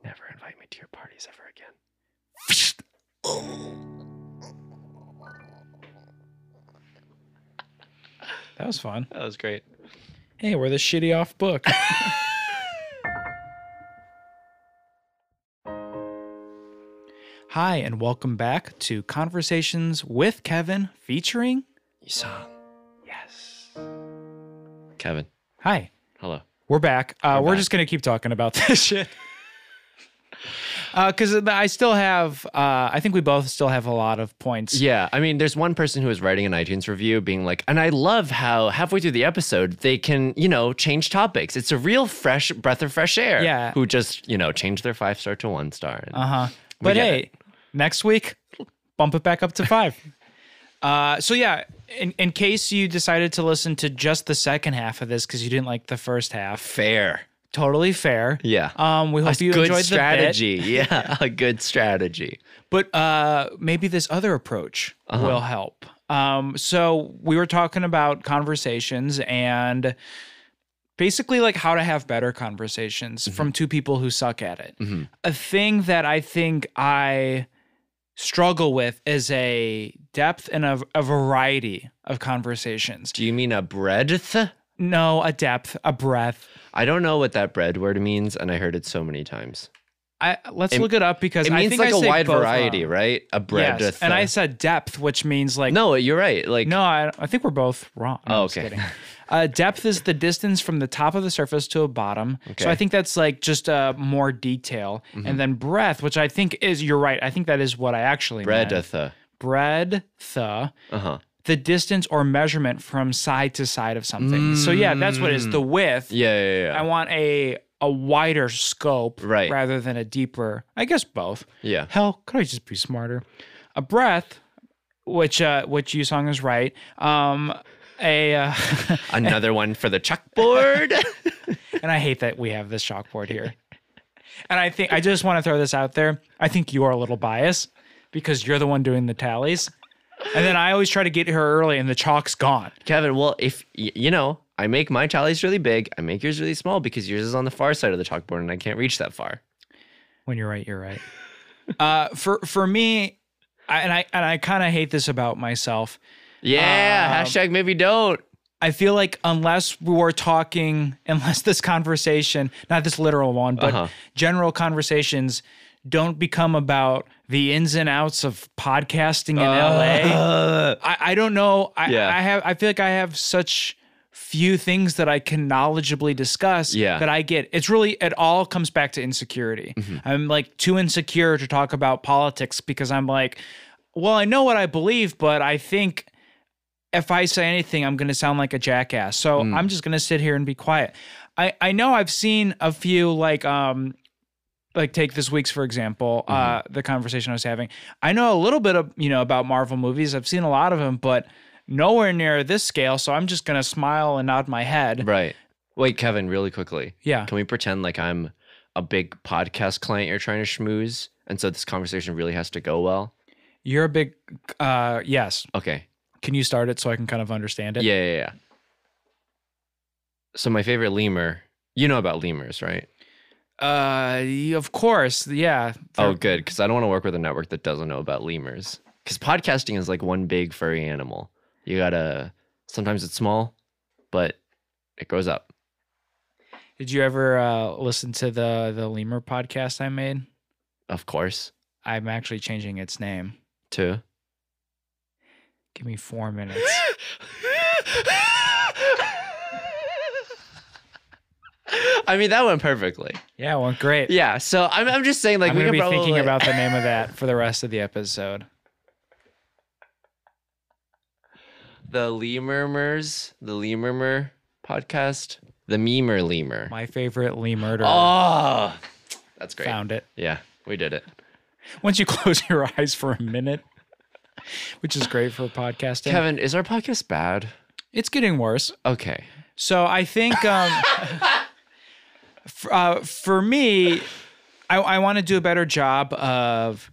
Speaker 2: Never invite me to your parties ever again.
Speaker 1: That was fun.
Speaker 2: That was great.
Speaker 1: Hey, we're the shitty off book. Hi, and welcome back to Conversations with Kevin featuring.
Speaker 2: You saw. Yes. Kevin,
Speaker 1: Hi,
Speaker 2: hello.
Speaker 1: we're back. Uh, we're
Speaker 2: We're back.
Speaker 1: just going to keep talking about this shit. Because Uh, I still have, uh, I think we both still have a lot of points.
Speaker 2: Yeah, I mean, there's one person who was writing an iTunes review being like, and I love how halfway through the episode they can, you know, change topics. It's a real fresh breath of fresh air.
Speaker 1: Yeah.
Speaker 2: Who just, you know, changed their five star to one star. And-
Speaker 1: Uh huh. But
Speaker 2: get
Speaker 1: hey, next week, bump it back up to five. uh, so yeah, in, in case you decided to listen to just the second half of this because you didn't like the first half,
Speaker 2: Fair.
Speaker 1: Totally fair.
Speaker 2: Yeah.
Speaker 1: Um, we hope
Speaker 2: a
Speaker 1: you
Speaker 2: good
Speaker 1: enjoyed the bit.
Speaker 2: strategy. Yeah, a good strategy.
Speaker 1: but uh, maybe this other approach
Speaker 2: Uh-huh.
Speaker 1: will help. Um, so we were talking about conversations and basically like how to have better conversations
Speaker 2: Mm-hmm.
Speaker 1: from two people who suck at it.
Speaker 2: Mhm.
Speaker 1: A thing that I think I struggle with is a depth and a, a variety of conversations.
Speaker 2: Do you mean a breadth?
Speaker 1: No, a depth, a breadth.
Speaker 2: I don't know what that bread word means, and I heard it so many times.
Speaker 1: I let's
Speaker 2: It-
Speaker 1: look it up because
Speaker 2: It
Speaker 1: I
Speaker 2: means
Speaker 1: think
Speaker 2: like
Speaker 1: I
Speaker 2: a
Speaker 1: say
Speaker 2: wide
Speaker 1: both wrong.
Speaker 2: variety, right? A breadth.
Speaker 1: Yes, and I said depth, which means like
Speaker 2: no, you're right. Like
Speaker 1: No, I, I think we're both wrong. No,
Speaker 2: Oh,
Speaker 1: I'm just
Speaker 2: okay.
Speaker 1: kidding. Uh, depth is the distance from the top of the surface to a bottom. So
Speaker 2: Okay. Mm-hmm.
Speaker 1: I think that's like just uh, more detail. And then breadth, which I think is, you're right. I think that is what I actually meant.
Speaker 2: breadth. Uh
Speaker 1: Breadth, uh,
Speaker 2: huh.
Speaker 1: the distance or measurement from side to side of something. So yeah, that's what it is. The width.
Speaker 2: Mm. Yeah, yeah,
Speaker 1: I
Speaker 2: yeah.
Speaker 1: want a a wider scope
Speaker 2: Right.
Speaker 1: rather than a deeper. I guess both.
Speaker 2: yeah.
Speaker 1: Hell, could I just be smarter? A breath, which uh, which you song is right. Um, a uh,
Speaker 2: Another one for the chalkboard.
Speaker 1: and I hate that we have this chalkboard here. And I think I just want to throw this out there. I think you are a little biased because you're the one doing the tallies, and then I always try to get her early, and the chalk's gone.
Speaker 2: Kevin, well, if y- you know, I make my tallies really big, I make yours really small because yours is on the far side of the chalkboard and I can't reach that far.
Speaker 1: When you're right, you're right. Uh, for for me, I, and I and I kind of hate this about myself.
Speaker 2: Yeah,
Speaker 1: Um,
Speaker 2: hashtag maybe don't.
Speaker 1: I feel like unless we were talking, unless this conversation, not this literal one, but
Speaker 2: Uh-huh.
Speaker 1: general conversations don't become about the ins and outs of podcasting in LA.
Speaker 2: Uh,
Speaker 1: I, I don't know. I,
Speaker 2: Yeah.
Speaker 1: I have I feel like I have such few things that I can knowledgeably discuss
Speaker 2: Yeah. Mm-hmm.
Speaker 1: that I get. It's really it all comes back to insecurity. I'm like too insecure to talk about politics because I'm like, well, I know what I believe, but I think if I say anything, I'm going to sound like a jackass. So
Speaker 2: Mm.
Speaker 1: I'm just going to sit here and be quiet. I, I know I've seen a few like um like take this week's for example uh
Speaker 2: Mm-hmm.
Speaker 1: the conversation I was having. I know a little bit of you know about Marvel movies. I've seen a lot of them, but nowhere near this scale. So I'm just going to smile and nod my head.
Speaker 2: right. Wait, Kevin, really quickly.
Speaker 1: Yeah.
Speaker 2: Can we pretend like I'm a big podcast client you're trying to schmooze? And so this conversation really has to go well?
Speaker 1: You're a big uh yes.
Speaker 2: Okay.
Speaker 1: Can you start it so I can kind of understand it?
Speaker 2: Yeah, yeah, yeah. So my favorite lemur, you know about lemurs, right?
Speaker 1: Uh y- of course. Yeah.
Speaker 2: Oh, good, because I don't want to work with a network that doesn't know about lemurs. Because podcasting is like one big furry animal. You gotta. Sometimes it's small, but it grows up.
Speaker 1: Did you ever uh listen to the the lemur podcast I made?
Speaker 2: Of course,
Speaker 1: I'm actually changing its name.
Speaker 2: too.
Speaker 1: Give me four minutes.
Speaker 2: I mean that went perfectly.
Speaker 1: yeah, well, great.
Speaker 2: Yeah. So I'm, I'm just saying like
Speaker 1: I'm
Speaker 2: we
Speaker 1: gonna
Speaker 2: can
Speaker 1: be
Speaker 2: probably
Speaker 1: thinking about the name of that for the rest of the episode.
Speaker 2: the lemurmers, the lemurmer podcast, the memer lemur.
Speaker 1: My favorite Lee murder
Speaker 2: Oh, that's great.
Speaker 1: found it.
Speaker 2: Yeah, we did it.
Speaker 1: Once you close your eyes for a minute, which is great for podcasting.
Speaker 2: Kevin, is our podcast bad?
Speaker 1: It's getting worse.
Speaker 2: Okay.
Speaker 1: So I think um, for, uh, for me, I, I want to do a better job of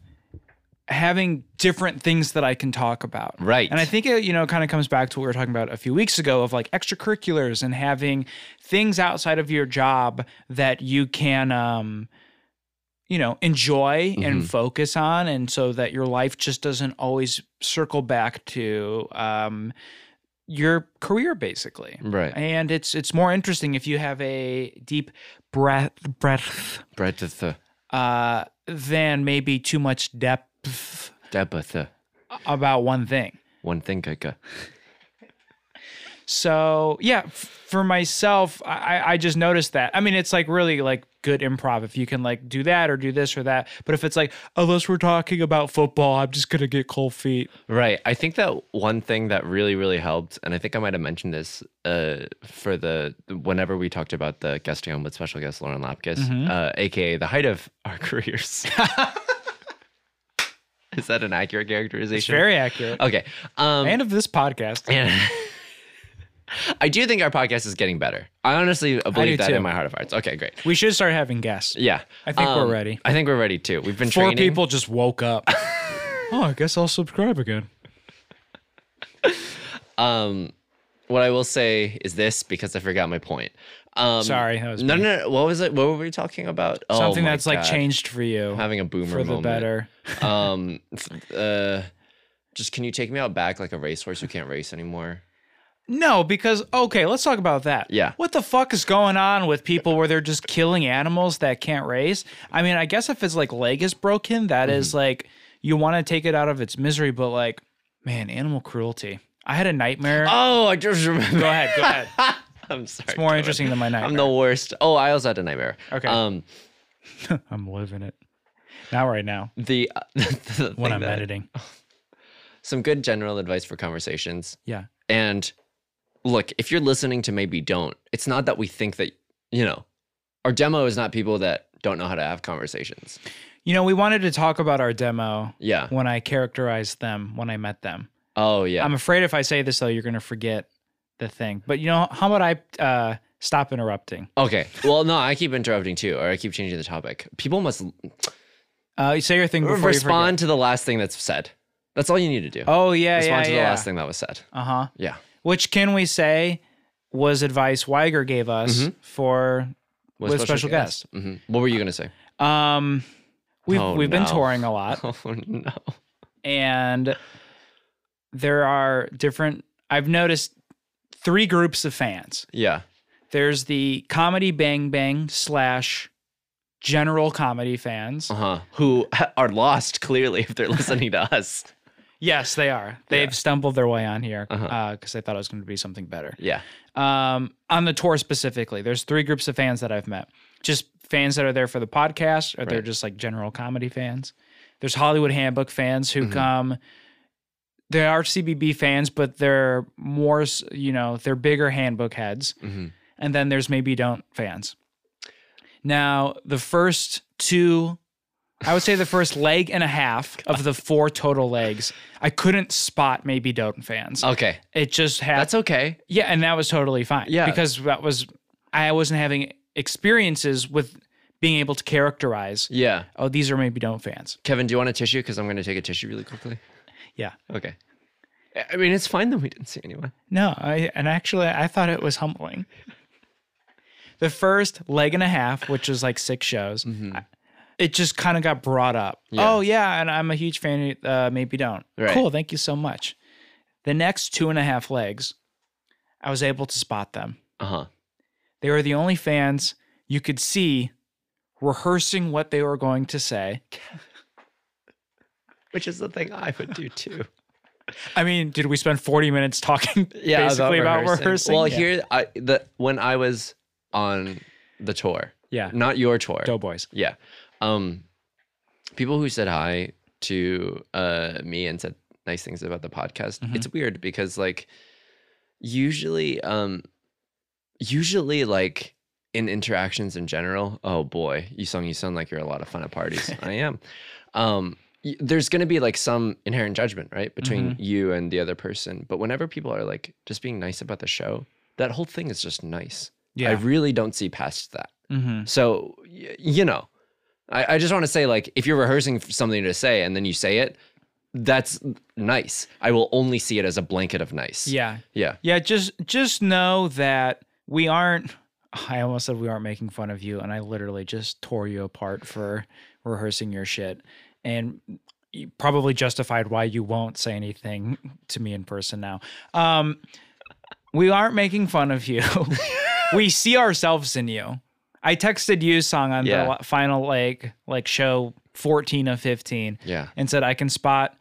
Speaker 1: having different things that I can talk about.
Speaker 2: Right.
Speaker 1: And I think it, you know, kind of comes back to what we were talking about a few weeks ago of like extracurriculars and having things outside of your job that you can, um, you know, enjoy and focus on. And so that your life just doesn't always circle back to, um, your career basically
Speaker 2: Right.
Speaker 1: and it's it's more interesting if you have a deep breath breath
Speaker 2: Bread to the
Speaker 1: uh than maybe too much depth
Speaker 2: Debatha.
Speaker 1: about one thing
Speaker 2: One thing kaka.
Speaker 1: so yeah f- for myself i I- i just noticed that i mean it's like really like good improv if you can like do that or do this or that but if it's like unless we're talking about football i'm just gonna get cold feet
Speaker 2: Right. I think that one thing that really, really helped, and I think I might have mentioned this uh, for the whenever we talked about the guesting on with special guest Lauren Lapkus, uh, aka the height of our careers. Is that an accurate characterization?
Speaker 1: very accurate
Speaker 2: Okay. Um,
Speaker 1: and of this podcast
Speaker 2: and I do think our podcast is getting better. I honestly believe that
Speaker 1: too.
Speaker 2: in my heart of hearts. Okay, great.
Speaker 1: We should start having guests.
Speaker 2: Yeah. um,
Speaker 1: I think we're ready.
Speaker 2: I think we're ready too. We've been
Speaker 1: Four
Speaker 2: training.
Speaker 1: people just woke up. oh, I guess I'll subscribe again.
Speaker 2: What I will say is this because I forgot my point. Um,
Speaker 1: Sorry, that was
Speaker 2: no, no, no. What was it? What were we talking about? Oh,
Speaker 1: Something
Speaker 2: my
Speaker 1: that's like
Speaker 2: God.
Speaker 1: changed for you
Speaker 2: Having a boomer
Speaker 1: for the
Speaker 2: moment.
Speaker 1: better.
Speaker 2: um, f- uh, just can you take me out back like a racehorse who can't race anymore?
Speaker 1: No, because okay, let's talk about that.
Speaker 2: Yeah.
Speaker 1: What the fuck is going on with people where they're just killing animals that can't race? I mean, I guess if it's like leg is broken, that is
Speaker 2: Mm-hmm.
Speaker 1: like you want to take it out of its misery, but like, man, animal cruelty. I had a nightmare.
Speaker 2: Oh, I just remember.
Speaker 1: Go ahead, go ahead.
Speaker 2: I'm sorry.
Speaker 1: It's more
Speaker 2: Dylan.
Speaker 1: interesting than my nightmare.
Speaker 2: I'm
Speaker 1: I'm,
Speaker 2: the worst. Oh, I also had a nightmare.
Speaker 1: Okay.
Speaker 2: Um,
Speaker 1: living it. Not right now
Speaker 2: the, the
Speaker 1: when
Speaker 2: thing
Speaker 1: I'm
Speaker 2: that-
Speaker 1: editing.
Speaker 2: some good general advice for conversations.
Speaker 1: Yeah.
Speaker 2: And look, if you're listening to maybe don't, it's not that we think that, you know, our demo is not people that don't know how to have conversations.
Speaker 1: You know, we wanted to talk about our demo
Speaker 2: Yeah.
Speaker 1: when I characterized them when I met them.
Speaker 2: Oh, yeah.
Speaker 1: I'm afraid if I say this though, you're gonna forget the thing. But you know, how about I uh, stop interrupting?
Speaker 2: okay. Well, no, I keep interrupting too, or I keep changing the topic. People must
Speaker 1: Uh, you say your thing before
Speaker 2: respond to the last thing that's said. That's all you need to do.
Speaker 1: You forget. Oh yeah,
Speaker 2: respond
Speaker 1: yeah,
Speaker 2: to the
Speaker 1: yeah.
Speaker 2: last thing that was said.
Speaker 1: Uh huh.
Speaker 2: Yeah.
Speaker 1: Which can we say was advice Weiger gave us
Speaker 2: Mm-hmm.
Speaker 1: for With special guest.
Speaker 2: Mhm. What were you going to say?
Speaker 1: um. We've
Speaker 2: Oh,
Speaker 1: we've
Speaker 2: no.
Speaker 1: been touring a lot,
Speaker 2: Oh, no.
Speaker 1: and there are different. I've noticed three groups of fans.
Speaker 2: Yeah.
Speaker 1: There's the comedy bang bang slash general comedy fans.
Speaker 2: Uh huh. Who are lost clearly if they're listening to us.
Speaker 1: Yes, they are. They've stumbled their way on here because
Speaker 2: Uh-huh.
Speaker 1: they thought it was going to be something better.
Speaker 2: Yeah.
Speaker 1: Um, on the tour specifically, there's three groups of fans that I've met. Just fans that are there for the podcast, or they're
Speaker 2: Right.
Speaker 1: just like general comedy fans. There's Hollywood Handbook fans
Speaker 2: Mm-hmm.
Speaker 1: who come. They are CBB fans, but they're more, s- you know, they're bigger handbook heads.
Speaker 2: Mhm.
Speaker 1: And then there's maybe don't fans. Now, the first two, I would say the first leg and a half of the four total legs, I couldn't spot maybe don't fans.
Speaker 2: Okay.
Speaker 1: It just had
Speaker 2: Oh, That's okay.
Speaker 1: yeah, and that was totally fine.
Speaker 2: Yeah.
Speaker 1: Because that was I wasn't having experiences with being able to characterize,
Speaker 2: Yeah.
Speaker 1: oh, these are maybe don't fans.
Speaker 2: Kevin, do you want a tissue? Because I'm going to take a tissue really quickly.
Speaker 1: Yeah.
Speaker 2: Okay. I- I mean, it's fine that we didn't see anyone.
Speaker 1: No, I and actually I thought it was humbling. The first leg and a half, which was like six shows, I- it just kind of got brought up.
Speaker 2: Mm-hmm. Yeah.
Speaker 1: Oh yeah, and I'm a huge fan. of, Uh, maybe don't.
Speaker 2: Right.
Speaker 1: Cool. Thank you so much. The next two and a half legs, I was able to spot them.
Speaker 2: Uh huh.
Speaker 1: They were the only fans you could see rehearsing what they were going to say.
Speaker 2: Which is the thing I would do too.
Speaker 1: I mean, did we spend 40 minutes talking basically about rehearsing?
Speaker 2: Well,
Speaker 1: yeah.
Speaker 2: here, I the when I was on the tour,
Speaker 1: Yeah.
Speaker 2: not your tour.
Speaker 1: Doughboys.
Speaker 2: Yeah. Um, people who said hi to uh, me and said nice things about the podcast, it's weird because like usually, um, usually like in interactions in general, oh boy, you sound you sound like you're a lot of fun at parties. I am. Um, y- there's going to be like some inherent judgment, right, between you and the other person. But whenever people are like just being nice about the show, that whole thing is just nice. I
Speaker 1: Yeah.
Speaker 2: really don't see past that.
Speaker 1: Mm-hmm.
Speaker 2: So, y- you know, I, I just want to say, like, if you're rehearsing f- something to say and then you say it, that's nice. I will only see it as a blanket of nice.
Speaker 1: Yeah.
Speaker 2: Yeah.
Speaker 1: Yeah. Just just know that we aren't. I almost said we aren't making fun of you, and I literally just tore you apart for rehearsing your shit, and you probably justified why you won't say anything to me in person now. Um, we aren't making fun of you. we see ourselves in you. I texted you song on
Speaker 2: Yeah.
Speaker 1: the la- final like like show fourteen of fifteen
Speaker 2: Yeah.
Speaker 1: and said, I can spot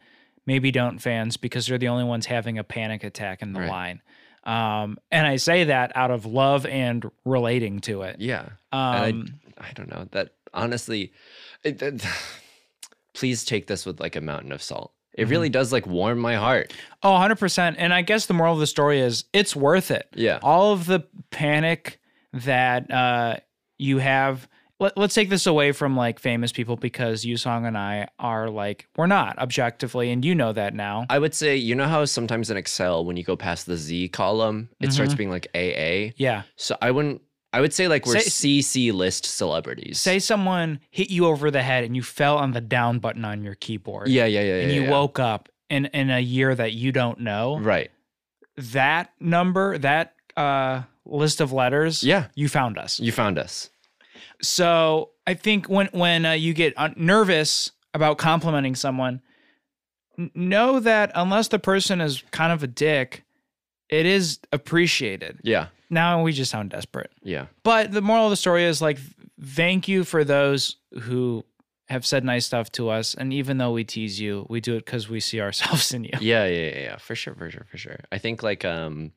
Speaker 1: maybe don't fans because they're the only ones having a panic attack in the
Speaker 2: Right.
Speaker 1: line. Um, and I say that out of love and relating to it.
Speaker 2: Yeah.
Speaker 1: Um,
Speaker 2: and I, I don't know. That honestly, it, that- please take this with like a mountain of salt. It
Speaker 1: Mm-hmm.
Speaker 2: really does like warm my heart.
Speaker 1: oh, 100%. And I guess the moral of the story is it's worth it.
Speaker 2: Yeah.
Speaker 1: All of the panic that uh, you have let, us take this away from like famous people because you song and i are like we're not objectively and you know that now
Speaker 2: I would say, you know how sometimes in Excel, when you go past the Z column, it starts
Speaker 1: Mm-hmm.
Speaker 2: being like AA?
Speaker 1: yeah
Speaker 2: So I wouldn't, I would say like we're
Speaker 1: Say-
Speaker 2: CC list celebrities.
Speaker 1: say someone hit you over the head and you fell on the down button on your keyboard
Speaker 2: yeah, yeah, yeah.
Speaker 1: and
Speaker 2: yeah,
Speaker 1: you
Speaker 2: yeah.
Speaker 1: woke up in in a year that you don't know
Speaker 2: Right.
Speaker 1: that number that uh list of letters
Speaker 2: Yeah.
Speaker 1: you found us
Speaker 2: You found us.
Speaker 1: So I think when when uh, you get uh, nervous about complimenting someone, n- know that unless the person is kind of a dick, it is appreciated.
Speaker 2: Yeah.
Speaker 1: Now we just sound desperate.
Speaker 2: Yeah.
Speaker 1: But the moral of the story is like, thank you for those who have said nice stuff to us. And even though we tease you, we do it because we see ourselves in you.
Speaker 2: Yeah, yeah, yeah, yeah, for sure, for sure, for sure. I think like um,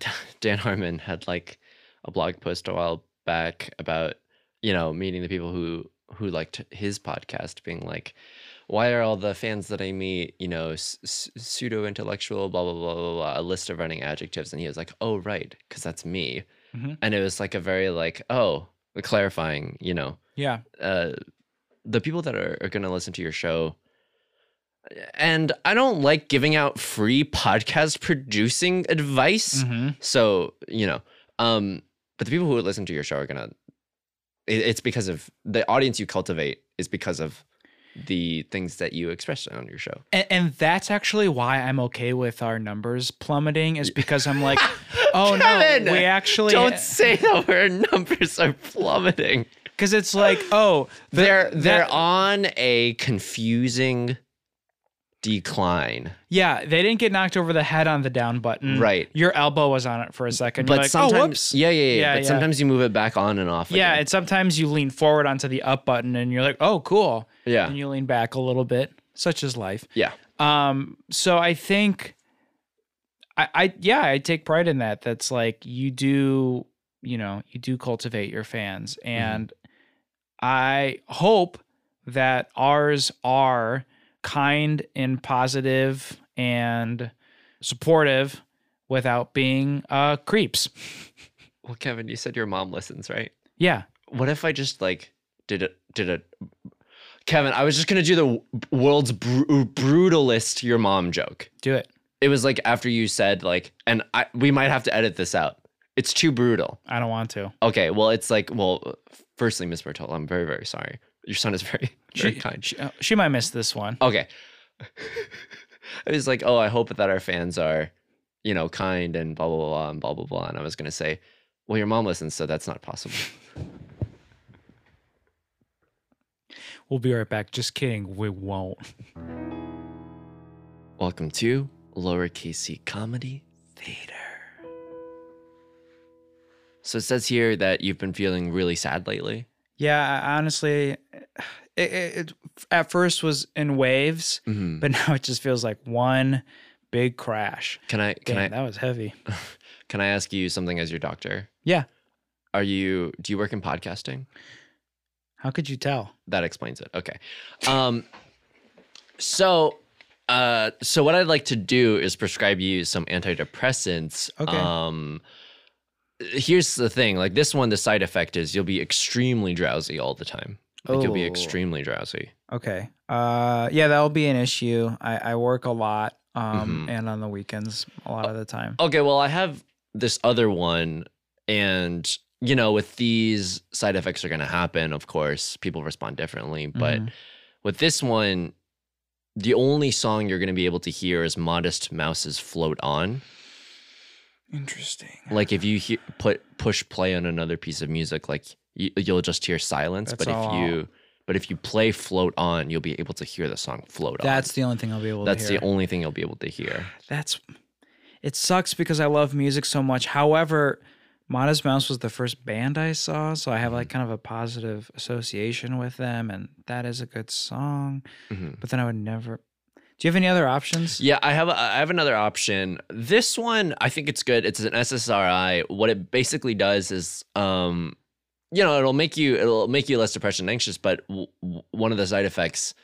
Speaker 2: Dan Harmon had like a blog post a while back about you know meeting the people who who liked his podcast, being like, why are all the fans that I meet, you know, s- s- pseudo intellectual, blah blah blah blah blah, a list of running adjectives, and he was like, oh right, because that's me,
Speaker 1: Mhm.
Speaker 2: and it was like a very like oh clarifying, you know,
Speaker 1: Yeah.
Speaker 2: uh, the people that are, are going to listen to your show. And I don't like giving out free podcast producing advice.
Speaker 1: Mhm.
Speaker 2: So, you know, um, but the people who listen to your show are going to, it's because of the audience you cultivate is because of the things that you express on your show.
Speaker 1: And, and that's actually why I'm okay with our numbers plummeting, is because I'm like, oh
Speaker 2: Kevin,
Speaker 1: no, we actually
Speaker 2: Don't say that our numbers are plummeting.
Speaker 1: Because it's like, oh, the-
Speaker 2: They're they're
Speaker 1: that-
Speaker 2: on a confusing decline.
Speaker 1: yeah, they didn't get knocked over the head on the down button.
Speaker 2: Right.
Speaker 1: Your elbow was on it for a second. But
Speaker 2: but
Speaker 1: You're like,
Speaker 2: sometimes,
Speaker 1: oh, whoops.
Speaker 2: yeah, yeah, yeah.
Speaker 1: Yeah,
Speaker 2: but
Speaker 1: yeah.
Speaker 2: sometimes you move it back on and off.
Speaker 1: Yeah,
Speaker 2: again.
Speaker 1: and sometimes you lean forward onto the up button and you're like, oh, cool.
Speaker 2: yeah,
Speaker 1: And you lean back a little bit, such is life.
Speaker 2: yeah,
Speaker 1: Um, so I think I, I yeah, I take pride in that. That's like you do, you know, you do cultivate your fans. And I hope that ours are kind and positive and supportive without being uh creeps.
Speaker 2: Well, Kevin, you said your mom listens, right?
Speaker 1: Yeah.
Speaker 2: What if I just like did it? Did it? Kevin, I was just gonna do the w- world's br- brutalist your mom joke.
Speaker 1: Do it.
Speaker 2: It was like after you said like, and I we might have to edit this out. It's too brutal.
Speaker 1: I don't want to.
Speaker 2: Okay, well, it's like, well, firstly, Miss Bertola, I'm very, very sorry. Your son is very, very kind.
Speaker 1: She, uh, she might miss this one.
Speaker 2: Okay. I was like, oh, I hope that our fans are, you know, kind and blah, blah, blah, and blah, blah, blah. And I was going to say, well, your mom listens, so that's not possible.
Speaker 1: We'll be right back. Just kidding. We won't.
Speaker 2: Welcome to Lowercase C Comedy Theater. So it says here that you've been feeling really sad lately.
Speaker 1: Yeah, I- honestly, it, it, it at first was in waves,
Speaker 2: Mhm.
Speaker 1: but now it just feels like one big crash.
Speaker 2: Can I can
Speaker 1: Damn, that was heavy.
Speaker 2: I can I ask you something as your doctor?
Speaker 1: Yeah.
Speaker 2: Are you do you work in podcasting?
Speaker 1: How could you tell?
Speaker 2: that explains it. Okay. Um, so, uh, so what I'd like to do is prescribe you some antidepressants.
Speaker 1: Okay.
Speaker 2: Um, here's the thing: like this one, the side effect is you'll be extremely drowsy all the time. Like you'll be
Speaker 1: Oh.
Speaker 2: extremely drowsy.
Speaker 1: Okay. Uh, yeah, that'll be an issue. I, I work a lot, um,
Speaker 2: Mhm.
Speaker 1: and on the weekends a lot of the time.
Speaker 2: Okay. Well, I have this other one, and you know, with these side effects are going to happen. Of course, people respond differently, but
Speaker 1: Mhm.
Speaker 2: With this one, the only song you're going to be able to hear is Modest Mouse's Float On.
Speaker 1: interesting.
Speaker 2: Like if you he- put push play on another piece of music, like you, you'll just hear silence,
Speaker 1: That's
Speaker 2: but if
Speaker 1: all.
Speaker 2: you but if you play Float On, you'll be able to hear the song Float
Speaker 1: That's
Speaker 2: On.
Speaker 1: the only thing I'll be able
Speaker 2: That's
Speaker 1: to hear.
Speaker 2: the only thing you'll be able to hear.
Speaker 1: That's it sucks because I love music so much. However, Modest Mouse was the first band I saw, so I have like kind of a positive association with them, and that is a good song.
Speaker 2: Mhm.
Speaker 1: But then I would never. Do you have any other options?
Speaker 2: Yeah, I have a, I have another option. This one, I think it's good. It's an SSRI. What it basically does is, um, you know, it'll make you it'll make you less depression anxious. But w- w- one of the side effects,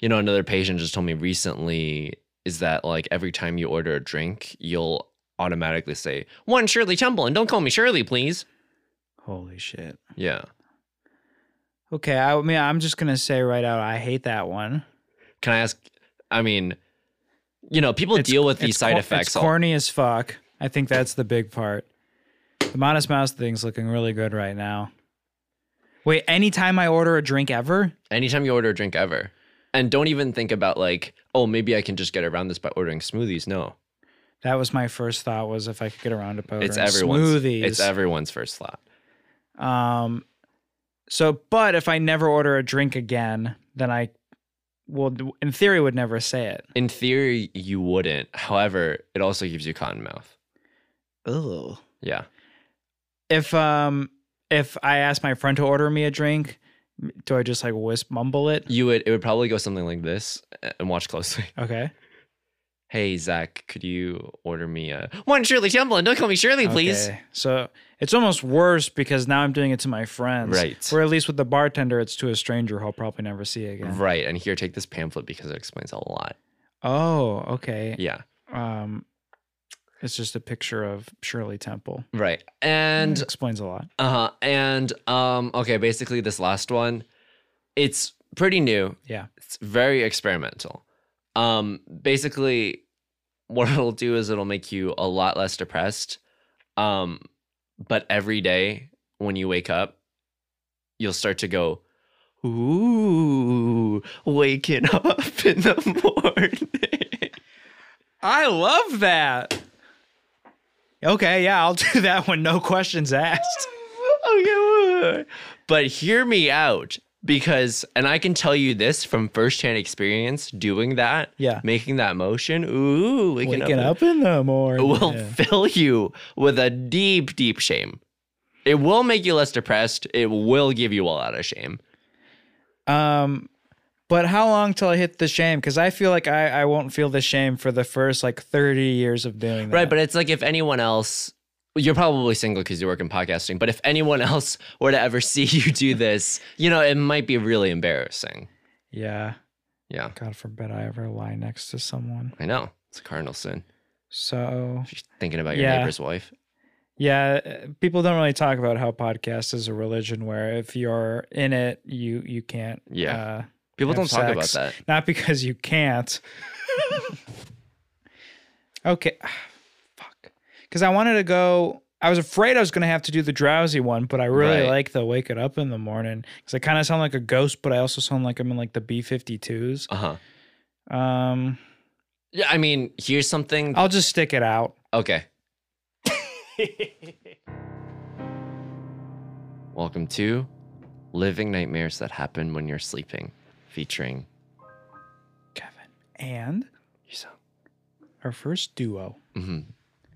Speaker 2: you know, another patient just told me recently is that like every time you order a drink, you'll automatically say one Shirley Temple and don't call me Shirley, please.
Speaker 1: Holy shit!
Speaker 2: Yeah.
Speaker 1: Okay, I mean, I'm just gonna say right out, I hate that one.
Speaker 2: Can I ask? I mean, you know, people
Speaker 1: It's-
Speaker 2: deal with
Speaker 1: it's
Speaker 2: these side
Speaker 1: cor- It's
Speaker 2: effects. all-
Speaker 1: corny as fuck. I think that's the big part. The Modest Mouse thing's looking really good right now. Wait, anytime I order a drink ever,
Speaker 2: anytime you order a drink ever, and don't even think about like, oh, maybe I can just get around this by ordering smoothies. No,
Speaker 1: that was my first thought was if I could get around to powder
Speaker 2: it's
Speaker 1: and
Speaker 2: everyone's.
Speaker 1: smoothies.
Speaker 2: It's everyone's first thought.
Speaker 1: Um, so, but if I never order a drink again, then I will, in theory, would never say it.
Speaker 2: In theory, you wouldn't. However, it also gives you cotton mouth.
Speaker 1: Ugh.
Speaker 2: Yeah.
Speaker 1: If um, if I ask my friend to order me a drink, do I just like wisp mumble it?
Speaker 2: You would it would probably go something like this a- and watch closely.
Speaker 1: Okay.
Speaker 2: Hey Zach, could you order me a one Shirley Temple and don't call me Shirley, please?
Speaker 1: Okay. So it's almost worse because now I'm doing it to my friends.
Speaker 2: Right.
Speaker 1: Or at least with the bartender, it's to a stranger who I'll probably never see again.
Speaker 2: Right. And here take this pamphlet because it explains a lot.
Speaker 1: Oh, okay.
Speaker 2: Yeah.
Speaker 1: Um, it's just a picture of Shirley Temple.
Speaker 2: Right. And
Speaker 1: It explains a lot.
Speaker 2: Uh-huh. And um okay, basically this last one, it's pretty new.
Speaker 1: Yeah.
Speaker 2: It's very experimental. Um basically what it'll do is it'll make you a lot less depressed. Um but every day when you wake up, you'll start to go ooh, waking up in the morning.
Speaker 1: I love that. Okay, yeah, I'll do that one. No questions asked.
Speaker 2: okay, but hear me out because, and I can tell you this from firsthand experience doing that,
Speaker 1: Yeah.
Speaker 2: making that motion, ooh, waking,
Speaker 1: Waking
Speaker 2: up,
Speaker 1: up in the morning.
Speaker 2: will
Speaker 1: Yeah.
Speaker 2: fill you with a deep, deep shame. It will make you less depressed. It will give you a lot of shame.
Speaker 1: Um, but how long till I hit the shame? Because I feel like I, I won't feel the shame for the first like 30 years of doing that.
Speaker 2: Right. But it's like if anyone else, you're probably single because you work in podcasting, but if anyone else were to ever see you do this, you know, it might be really embarrassing.
Speaker 1: yeah.
Speaker 2: Yeah.
Speaker 1: God forbid I ever lie next to someone.
Speaker 2: I know. It's a cardinal sin.
Speaker 1: So,
Speaker 2: If you're thinking about your
Speaker 1: Yeah.
Speaker 2: neighbor's wife.
Speaker 1: yeah, uh, people don't really talk about how podcast is a religion where if you're in it, you you can't.
Speaker 2: Yeah.
Speaker 1: Uh,
Speaker 2: People
Speaker 1: Have
Speaker 2: don't talk about
Speaker 1: sex.
Speaker 2: that.
Speaker 1: not because you can't. okay. ah, Fuck. Because I wanted to go. I was afraid I was going to have to do the drowsy one, but I really
Speaker 2: Right.
Speaker 1: like the wake it up in the morning because I kind of sound like a ghost, but I also sound like I'm in like the B 52s.
Speaker 2: Uh huh.
Speaker 1: Um,
Speaker 2: Yeah, I mean, here's something.
Speaker 1: I'll just stick it out.
Speaker 2: Okay. Welcome to Living Nightmares That Happen When You're Sleeping, featuring
Speaker 1: Kevin. And
Speaker 2: Yuzo.
Speaker 1: our first duo.
Speaker 2: hmm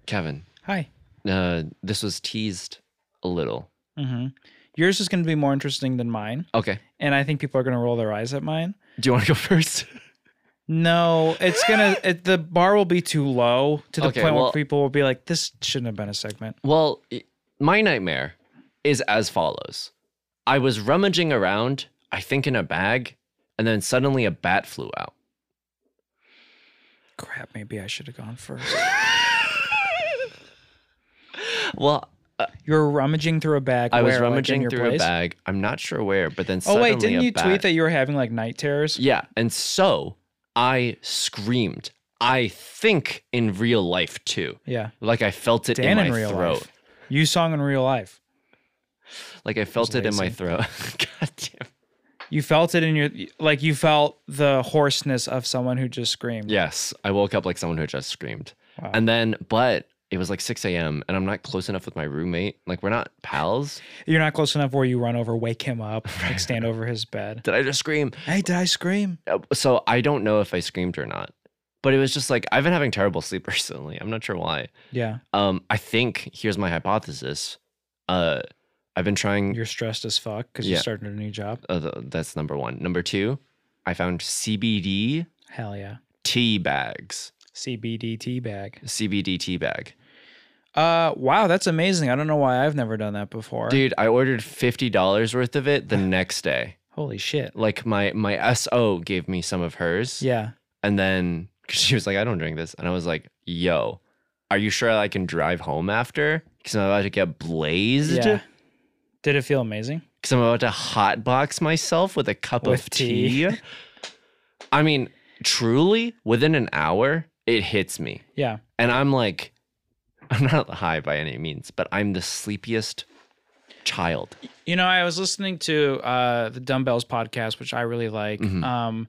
Speaker 2: Kevin.
Speaker 1: Hi.
Speaker 2: Uh, this was teased a little.
Speaker 1: Mm-hmm. Yours is going to be more interesting than mine.
Speaker 2: Okay.
Speaker 1: And I think people are going to roll their eyes at mine.
Speaker 2: Do you want to go first?
Speaker 1: No, it's gonna. It, the bar will be too low to the
Speaker 2: Okay,
Speaker 1: point where
Speaker 2: well-
Speaker 1: people will be like, "This shouldn't have been a segment."
Speaker 2: Well, i- my nightmare is as follows I was rummaging around, I think in a bag, and then suddenly a bat flew out.
Speaker 1: Crap, maybe I should have gone first.
Speaker 2: Well,
Speaker 1: you were rummaging through a bag.
Speaker 2: I was
Speaker 1: where, like, in
Speaker 2: rummaging
Speaker 1: your
Speaker 2: through
Speaker 1: place?
Speaker 2: a bag. I'm not sure where, but then
Speaker 1: Oh
Speaker 2: suddenly
Speaker 1: wait, didn't
Speaker 2: a
Speaker 1: you
Speaker 2: bat,
Speaker 1: tweet that you were having like night terrors?
Speaker 2: Yeah, and so I screamed. I think in real life too.
Speaker 1: Yeah,
Speaker 2: Like I felt it
Speaker 1: Dan
Speaker 2: in my
Speaker 1: in real
Speaker 2: throat.
Speaker 1: life. You song in real life.
Speaker 2: Like I felt it in my
Speaker 1: lazy.
Speaker 2: throat. God damn.
Speaker 1: You felt it in your like you felt the hoarseness of someone who just screamed.
Speaker 2: Yes, I woke up like someone who just screamed.
Speaker 1: Wow.
Speaker 2: And then, but it was like 6 a.m. and I'm not close enough with my roommate. Like we're not pals.
Speaker 1: You're not close enough where you run over, wake him up, like stand over his bed.
Speaker 2: Did I just scream?
Speaker 1: Hey, did I scream?
Speaker 2: Uh, So I don't know if I screamed or not. But it was just like I've been having terrible sleep recently. I'm not sure why.
Speaker 1: Yeah,
Speaker 2: Um, I think here's my hypothesis. Uh, I've been trying.
Speaker 1: you're stressed as fuck because
Speaker 2: Yeah.
Speaker 1: you're starting a new job.
Speaker 2: Uh, th- that's number one. Number two, I found CBD
Speaker 1: Hell yeah.
Speaker 2: tea bags.
Speaker 1: CBD tea bag.
Speaker 2: CBD tea bag,
Speaker 1: Uh, wow, that's amazing. I don't know why I've never done that before.
Speaker 2: dude. I ordered fifty dollars worth of it the next day.
Speaker 1: Holy shit.
Speaker 2: Like my my SO gave me some of hers,
Speaker 1: Yeah.
Speaker 2: and then 'cause she was like, "I don't drink this," and I was like, "Yo, are you sure I can drive home after? Because I'm about to get blazed."
Speaker 1: yeah. Did it feel amazing?
Speaker 2: because I'm about to hotbox myself with a cup
Speaker 1: With
Speaker 2: of tea. I mean, truly, within an hour, it hits me.
Speaker 1: Yeah.
Speaker 2: And I'm like, I'm not high by any means, but I'm the sleepiest child.
Speaker 1: You know, I was listening to uh, the Dumbbells podcast, which I really like. Um,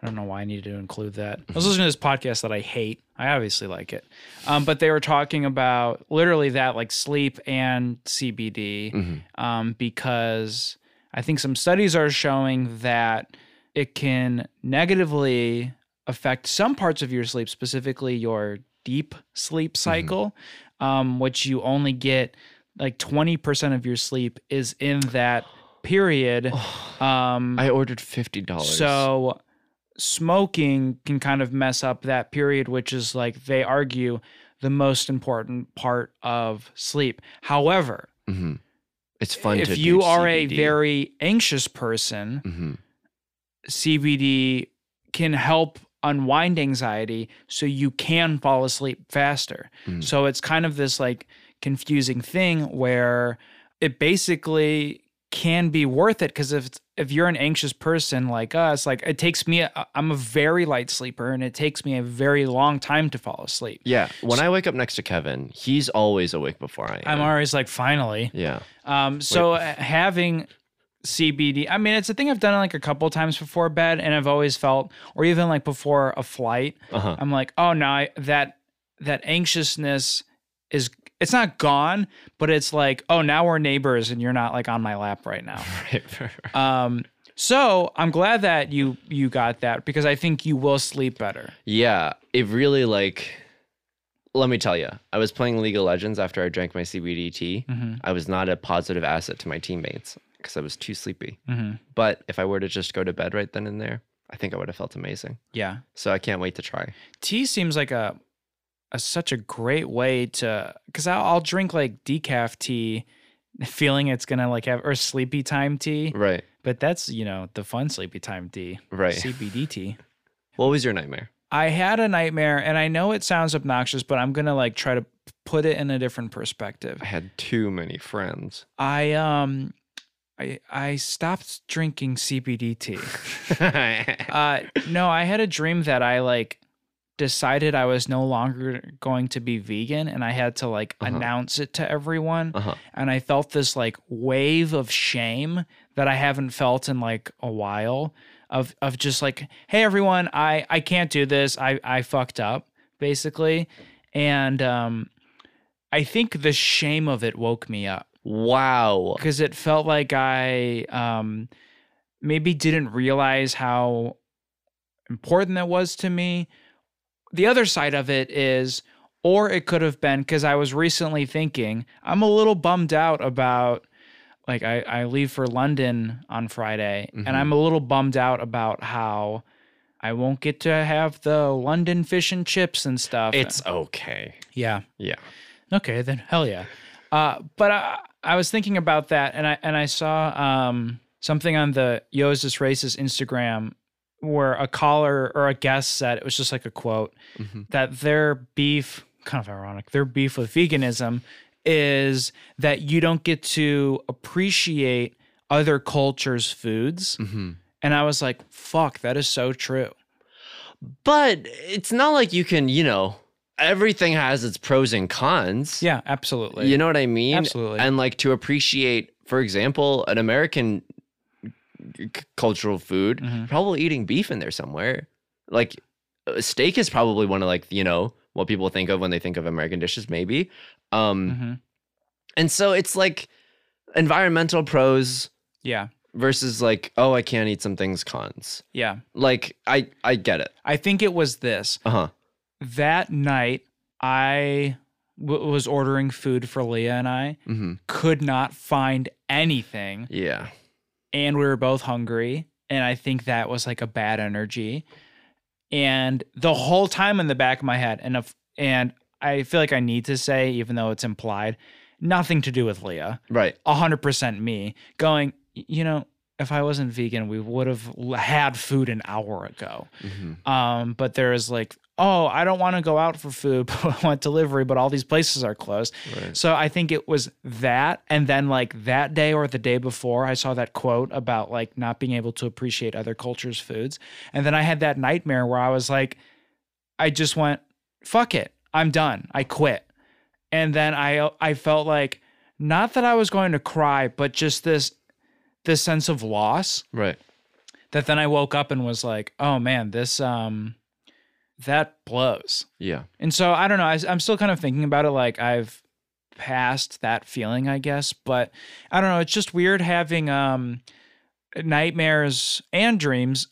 Speaker 1: I don't know why I needed to include that. I was listening to this podcast that I hate. I obviously like it. Um, but they were talking about literally that, like sleep and CBD,
Speaker 2: Mm-hmm.
Speaker 1: um, because I think some studies are showing that it can negatively affect some parts of your sleep, specifically your deep sleep cycle, um, which you only get like 20% of your sleep is in that period. Um,
Speaker 2: Oh, I ordered $50.
Speaker 1: so smoking can kind of mess up that period, which is like they argue the most important part of sleep. However,
Speaker 2: Mhm. it's fun to
Speaker 1: if
Speaker 2: do
Speaker 1: you are a
Speaker 2: CBD.
Speaker 1: very anxious person,
Speaker 2: Mhm.
Speaker 1: CBD can help unwind anxiety so you can fall asleep faster.
Speaker 2: Mhm.
Speaker 1: So it's kind of this like confusing thing where it basically can be worth it because if it's- if you're an anxious person like us, like it takes me i I'm a very light sleeper and it takes me a very long time to fall asleep.
Speaker 2: Yeah. When I wake up next to Kevin, he's always awake before I am.
Speaker 1: I'm always like finally.
Speaker 2: yeah.
Speaker 1: Um, so uh, having CBD, I mean, it's a thing I've done like a couple times before bed, and I've always felt, or even like before a flight,
Speaker 2: Uh-huh.
Speaker 1: I'm like, oh no, I, that that anxiousness is it's not gone, but it's like, oh, now we're neighbors, and you're not like on my lap right now. Um, so I'm glad that you you got that because I think you will sleep better.
Speaker 2: Yeah, it really like. Let me tell you, I was playing League of Legends after I drank my CBD tea. I was not a positive asset to my teammates because I was too sleepy.
Speaker 1: Mhm.
Speaker 2: But if I were to just go to bed right then and there, I think I would have felt amazing.
Speaker 1: Yeah,
Speaker 2: So I can't wait to try.
Speaker 1: tea seems like a, a such a great way to because I'll, I'll drink like decaf tea feeling it's gonna like have or sleepy time tea
Speaker 2: Right,
Speaker 1: but that's you know the fun sleepy time tea
Speaker 2: Mm. right.
Speaker 1: cbd tea
Speaker 2: What was your nightmare?
Speaker 1: i had a nightmare and i know it sounds obnoxious but i'm gonna like try to put it in a different perspective
Speaker 2: I had too many friends.
Speaker 1: i um i i stopped drinking cbd tea uh no i had a dream that i like decided i was no longer going to be vegan and i had to like
Speaker 2: Uh-huh.
Speaker 1: announce it to everyone
Speaker 2: Uh-huh.
Speaker 1: and i felt this like wave of shame that i haven't felt in like a while of of just like hey everyone i i can't do this i i fucked up basically and um i think the shame of it woke me up
Speaker 2: wow.
Speaker 1: because it felt like I um, maybe didn't realize how important that was to me. The other side of it is, or it could have been because I was recently thinking, I'm a little bummed out about. Like I, I leave for London on Friday
Speaker 2: Mhm.
Speaker 1: and I'm a little bummed out about how I won't get to have the London fish and chips and stuff.
Speaker 2: It's okay.
Speaker 1: yeah.
Speaker 2: Yeah.
Speaker 1: Okay, then hell yeah. Uh, but I, I was thinking about that, and I and I saw um, something on the Yo's This Racist Instagram where a caller or a guest said it was just like a quote
Speaker 2: Mhm.
Speaker 1: that their beef, kind of ironic, their beef with veganism is that you don't get to appreciate other cultures' foods,
Speaker 2: Mm-hmm.
Speaker 1: and I was like, fuck, that is so true.
Speaker 2: But it's not like you can, you know, everything has its pros and cons.
Speaker 1: Yeah, absolutely.
Speaker 2: You know what I mean?
Speaker 1: Absolutely.
Speaker 2: And like to appreciate, for example, an American c- cultural food,
Speaker 1: Mhm.
Speaker 2: probably eating beef in there somewhere. Like uh, steak is probably one of like, you know, what people think of when they think of American dishes, maybe. Um,
Speaker 1: Mhm.
Speaker 2: And so it's like environmental pros
Speaker 1: Yeah,
Speaker 2: versus like, oh, I can't eat some things cons.
Speaker 1: yeah.
Speaker 2: Like I, I get it.
Speaker 1: I think it was this.
Speaker 2: Uh huh.
Speaker 1: that night I w- was ordering food for Leah and I
Speaker 2: hmm
Speaker 1: could not find anything
Speaker 2: Yeah.
Speaker 1: and we were both hungry and I think that was like a bad energy and the whole time in the back of my head and if, and I feel like I need to say even though it's implied nothing to do with Leah
Speaker 2: Right.
Speaker 1: 100% me going "Y- you know if I wasn't vegan we would have had food an hour ago
Speaker 2: hmm
Speaker 1: um, but there is like oh, I don't want to go out for food, but I want delivery, but all these places are closed. So I think it was that. And then, like, that day or the day before, I saw that quote about like not being able to appreciate other cultures' foods. And then I had that nightmare where I was like, I just went, fuck it. I'm done. I quit. And then I I felt like not that I was going to cry, but just this this sense of loss
Speaker 2: Right.
Speaker 1: that then I woke up and was like, oh man, this um that blows.
Speaker 2: Yeah.
Speaker 1: And so I don't know. I, am still kind of thinking about it. Like I've passed that feeling, I guess. But I don't know. It's just weird having um, nightmares and dreams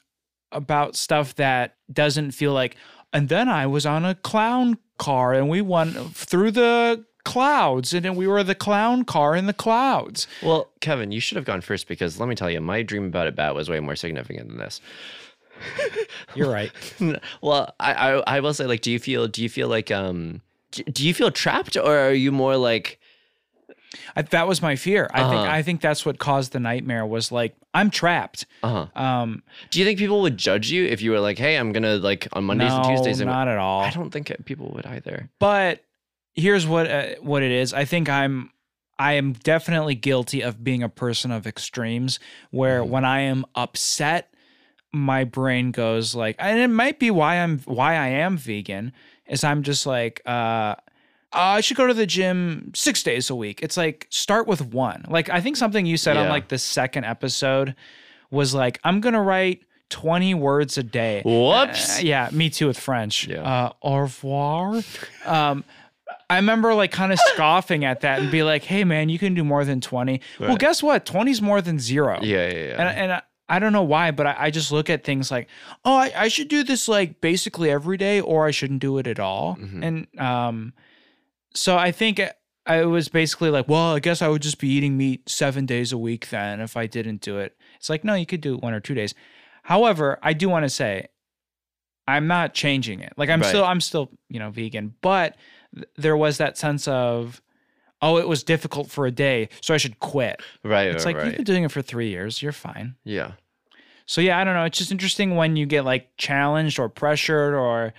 Speaker 1: about stuff that doesn't feel like. And then I was on a clown car, and we went through the clouds, and then we were the clown car in the clouds.
Speaker 2: Well, Kevin, you should have gone first because let me tell you, my dream about a bat was way more significant than this.
Speaker 1: You're right.
Speaker 2: well, I, I I will say, like, do you feel do you feel like um d- do you feel trapped or are you more like
Speaker 1: I, that was my fear. I think
Speaker 2: Uh-huh.
Speaker 1: I think that's what caused the nightmare. Was like I'm trapped.
Speaker 2: uh huh?
Speaker 1: Um,
Speaker 2: Do you think people would judge you if you were like, hey, I'm gonna like on Mondays
Speaker 1: no,
Speaker 2: and Tuesdays? and
Speaker 1: not at all.
Speaker 2: I don't think people would either.
Speaker 1: but here's what uh, what it is. I think I'm I am definitely guilty of being a person of extremes where when I am upset my brain goes like and it might be why I'm why I am vegan is I'm just like uh I should go to the gym six days a week. It's like start with one. Like I think something you said on
Speaker 2: Yeah.
Speaker 1: like the second episode was like I'm gonna write 20 words a day.
Speaker 2: Whoops.
Speaker 1: Uh, yeah, me too with French.
Speaker 2: Yeah.
Speaker 1: Uh, au revoir. Um, I remember like kind of scoffing at that and be like, hey, man, you can do more than 20. Well,
Speaker 2: Right.
Speaker 1: guess what? 20 is more than zero.
Speaker 2: yeah, yeah, yeah.
Speaker 1: And, and I, I don't know why, but I, I just look at things like, oh, I, I should do this like basically every day or I shouldn't do it at all.
Speaker 2: Mm-hmm.
Speaker 1: And um, so I think I- I was basically like, well, I guess I would just be eating meat seven days a week then if I didn't do it. It's like, no, you could do it one or two days. However, I do want to say I'm not changing it. Like I'm
Speaker 2: Right.
Speaker 1: still I'm still, you know, vegan, but th- there was that sense of oh, it was difficult for a day, so I should quit.
Speaker 2: right,
Speaker 1: It's
Speaker 2: right,
Speaker 1: like you've
Speaker 2: right.
Speaker 1: been doing it for 3 years, you're fine.
Speaker 2: yeah.
Speaker 1: So yeah, I don't know, it's just interesting when you get like challenged or pressured or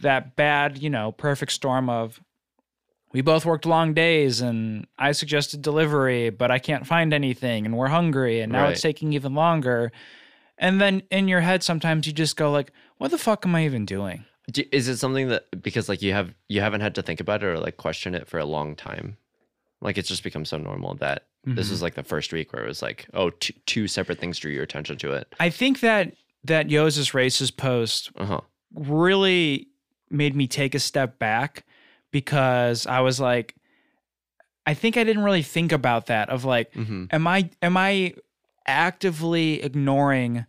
Speaker 1: that bad, you know, perfect storm of we both worked long days and I suggested delivery, but I can't find anything and we're hungry and now it's
Speaker 2: Right.
Speaker 1: taking even longer. And then in your head sometimes you just go like, what the fuck am I even doing?
Speaker 2: Do, is it something that because like you have you haven't had to think about it or like question it for a long time? Like it's just become so normal that this
Speaker 1: Mhm.
Speaker 2: is like the first week where it was like, oh, two, two separate things drew your attention to it.
Speaker 1: I think that that Yosis Races post
Speaker 2: Uh huh.
Speaker 1: really made me take a step back because I was like, I think I didn't really think about that of like,
Speaker 2: hmm
Speaker 1: am I am I actively ignoring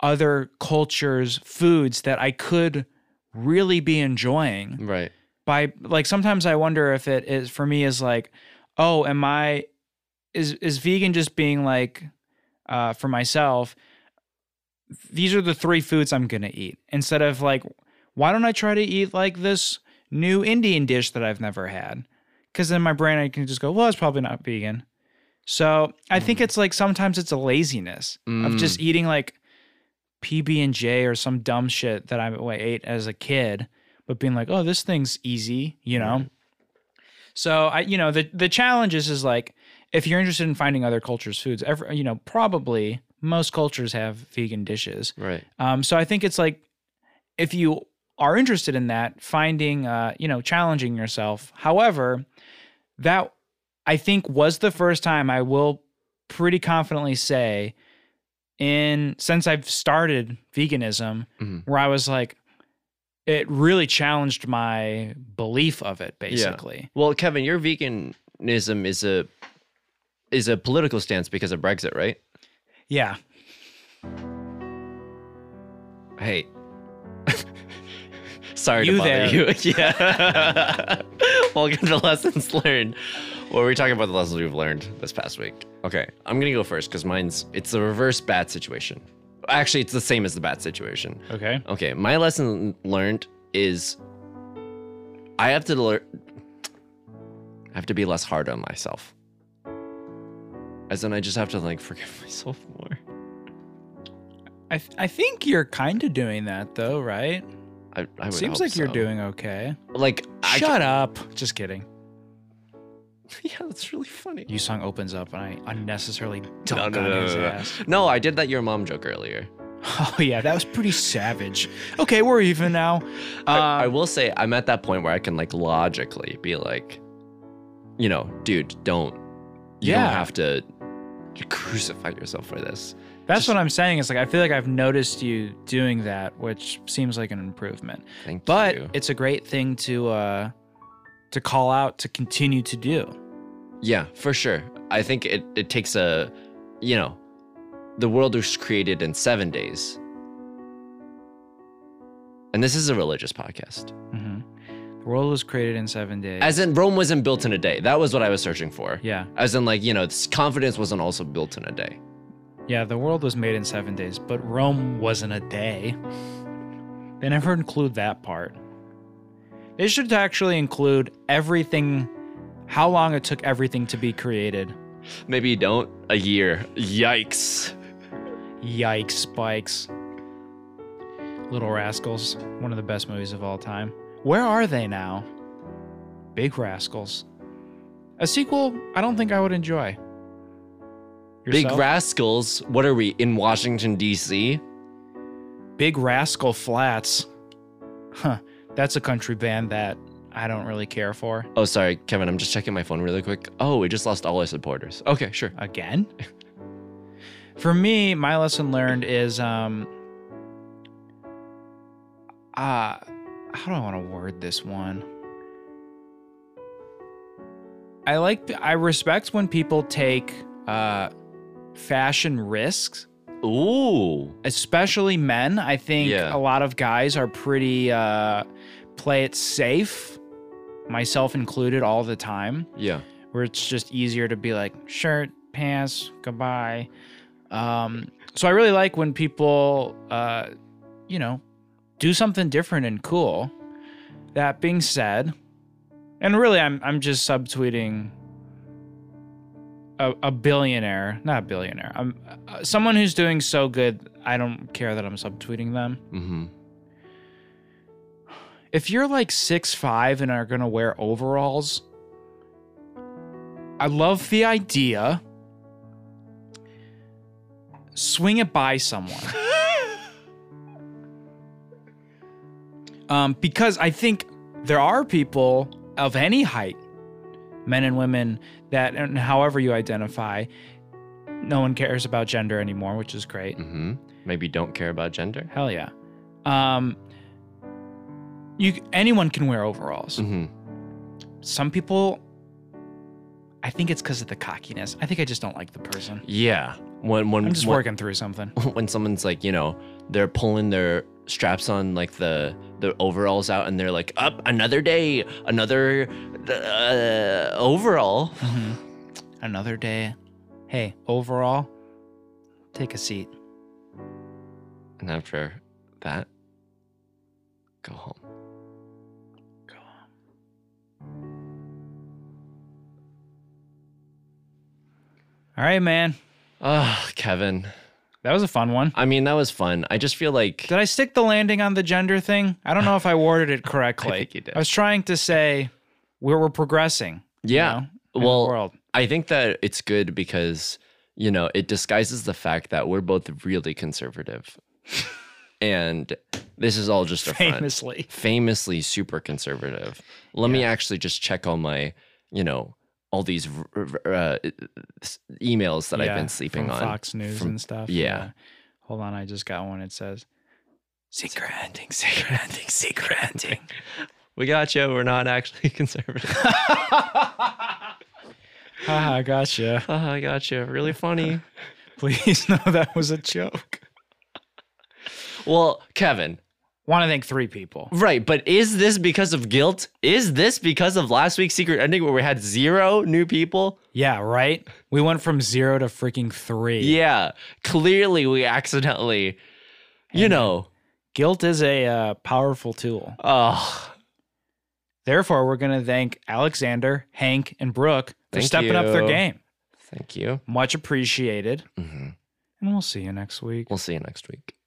Speaker 1: other cultures, foods that I could really be enjoying?
Speaker 2: Right.
Speaker 1: by like sometimes I wonder if it is for me is like, oh, am I is is vegan just being like uh for myself, these are the three foods I'm gonna eat. Instead of like, why don't I try to eat like this new Indian dish that I've never had? Cause in my brain I can just go, well, it's probably not vegan. So I think it's like sometimes it's a laziness of just eating like PB and J or some dumb shit that I I ate as a kid, but being like, oh, this thing's easy, you know. So I, you know, the the challenge is is like if you're interested in finding other cultures' foods, every you know, probably most cultures have vegan dishes.
Speaker 2: Right.
Speaker 1: Um, so I think it's like if you are interested in that, finding, uh, you know, challenging yourself. However, that I think was the first time I will pretty confidently say in since I've started veganism
Speaker 2: Mhm.
Speaker 1: where I was like, it really challenged my belief of it basically.
Speaker 2: Well, Kevin, your veganism is a is a political stance because of Brexit, right?
Speaker 1: Yeah.
Speaker 2: Hey. Sorry
Speaker 1: You
Speaker 2: to bother
Speaker 1: there.
Speaker 2: you. Yeah. Welcome to Lessons Learned. Where we talking about the lessons we've learned this past week. Okay. I'm gonna go first because mine's it's the reverse bat situation. Actually, it's the same as the bat situation.
Speaker 1: Okay.
Speaker 2: Okay, my lesson learned is I have to learn. I have to be less hard on myself. As in, I just have to like forgive myself more.
Speaker 1: I, th- I think you're kind of doing that though, right?
Speaker 2: I, I would
Speaker 1: Seems
Speaker 2: hope
Speaker 1: like you're
Speaker 2: so.
Speaker 1: doing okay.
Speaker 2: like I
Speaker 1: Shut up. Just kidding.
Speaker 2: yeah, that's really funny.
Speaker 1: You song opens up and I unnecessarily
Speaker 2: No,
Speaker 1: dunk
Speaker 2: no,
Speaker 1: on
Speaker 2: no,
Speaker 1: his
Speaker 2: no, no.
Speaker 1: ass.
Speaker 2: No, I did that your mom joke earlier.
Speaker 1: Oh yeah, that was pretty savage. Okay, we're even now. Um,
Speaker 2: I, I will say I'm at that point where I can like logically be like, you know, dude, don't. You
Speaker 1: Yeah.
Speaker 2: don't have to crucify yourself for this.
Speaker 1: that's
Speaker 2: just-
Speaker 1: what I'm saying. Is like I feel like I've noticed you doing that, which seems like an improvement.
Speaker 2: Thank
Speaker 1: But
Speaker 2: you.
Speaker 1: it's a great thing to uh, to call out to continue to do.
Speaker 2: yeah, for sure. I think it it takes a, you know, the world was created in seven days. And this is a religious podcast.
Speaker 1: hmm The world was created in seven days.
Speaker 2: Mm-hmm. As in, Rome wasn't built in a day. That was what I was searching for.
Speaker 1: yeah,
Speaker 2: As in, like, you know, this confidence wasn't also built in a day.
Speaker 1: yeah. The world was made in seven days, but Rome wasn't a day. They never include that part. They should actually include everything, how long it took everything to be created.
Speaker 2: Maybe you don't. A year. Yikes.
Speaker 1: Yikes, Spikes. Little Rascals, one of the best movies of all time. Where are they now? Big Rascals. A sequel I don't think I would enjoy.
Speaker 2: Big
Speaker 1: Yourself?
Speaker 2: rascals. What are we in Washington D.C.?
Speaker 1: Big Rascal Flats. Huh. That's a country band that I don't really care for.
Speaker 2: Oh, sorry, Kevin. I'm just checking my phone really quick. Oh, we just lost all our supporters. Okay, sure.
Speaker 1: Again? For me, my lesson learned is um uh how do I want to word this one? I like I respect when people take uh fashion risks,
Speaker 2: Ooh.
Speaker 1: especially men. I think
Speaker 2: Yeah.
Speaker 1: a lot of guys are pretty uh play it safe, myself included all the time
Speaker 2: Yeah.
Speaker 1: where it's just easier to be like shirt, pants, goodbye. Um, so I really like when people, uh, you know, do something different and cool. That being said, and really, I'm I'm just subtweeting a, a billionaire, not a billionaire. I'm uh, someone who's doing so good. I don't care that I'm subtweeting them.
Speaker 2: Mm-hmm.
Speaker 1: if you're like six five and are gonna wear overalls, I love the idea. Swing it by someone. um, because I think there are people of any height, men and women, that and however you identify, no one cares about gender anymore, which is great.
Speaker 2: Mm-hmm. Maybe you don't care about gender.
Speaker 1: Hell yeah. Um, you anyone can wear overalls
Speaker 2: Mm-hmm.
Speaker 1: some people i think it's because of the cockiness i think i just don't like the person
Speaker 2: Yeah. When when
Speaker 1: i'm just
Speaker 2: when,
Speaker 1: working through something
Speaker 2: when someone's like, you know, they're pulling their straps on like the the overalls out and they're like, up another day, another uh, overall.
Speaker 1: Mm-hmm. another day hey overall take a seat
Speaker 2: And after that, go home.
Speaker 1: Go home. all right man
Speaker 2: Ah, Kevin.
Speaker 1: that was a fun one
Speaker 2: I mean, that was fun. I just feel like
Speaker 1: did i stick the landing on the gender thing i don't know if i worded it correctly
Speaker 2: I think you did.
Speaker 1: I was trying to say we're, we're progressing you
Speaker 2: yeah.
Speaker 1: know, in the
Speaker 2: Well,
Speaker 1: world
Speaker 2: I think that it's good because you know it disguises the fact that we're both really conservative, and this is all just a front.
Speaker 1: famously
Speaker 2: Famously super conservative. Let me actually just check all my, you know, all these r- r- uh, s- emails that I've
Speaker 1: Yeah,
Speaker 2: been sleeping
Speaker 1: from
Speaker 2: on.
Speaker 1: Fox News
Speaker 2: From-
Speaker 1: and stuff.
Speaker 2: yeah.
Speaker 1: Hold on, I just got one. It says secret ending, secret ending, secret ending.
Speaker 2: We got you. We're not actually conservative.
Speaker 1: Haha, gotcha.
Speaker 2: Ah, I got you. Really funny.
Speaker 1: Please know that was a joke.
Speaker 2: Well, Kevin,
Speaker 1: Want to thank three people.
Speaker 2: Right, but is this because of guilt? Is this because of last week's secret ending where we had zero new people?
Speaker 1: Yeah, right? We went from zero to freaking three.
Speaker 2: Yeah, clearly we accidentally, you know,
Speaker 1: Guilt is a uh, powerful tool.
Speaker 2: oh,
Speaker 1: Therefore, we're going to thank Alexander, Hank, and Brooke for
Speaker 2: Thank
Speaker 1: stepping up their
Speaker 2: you.
Speaker 1: game.
Speaker 2: thank you.
Speaker 1: Much appreciated.
Speaker 2: Mhm.
Speaker 1: And we'll see you next week.
Speaker 2: We'll see you next week.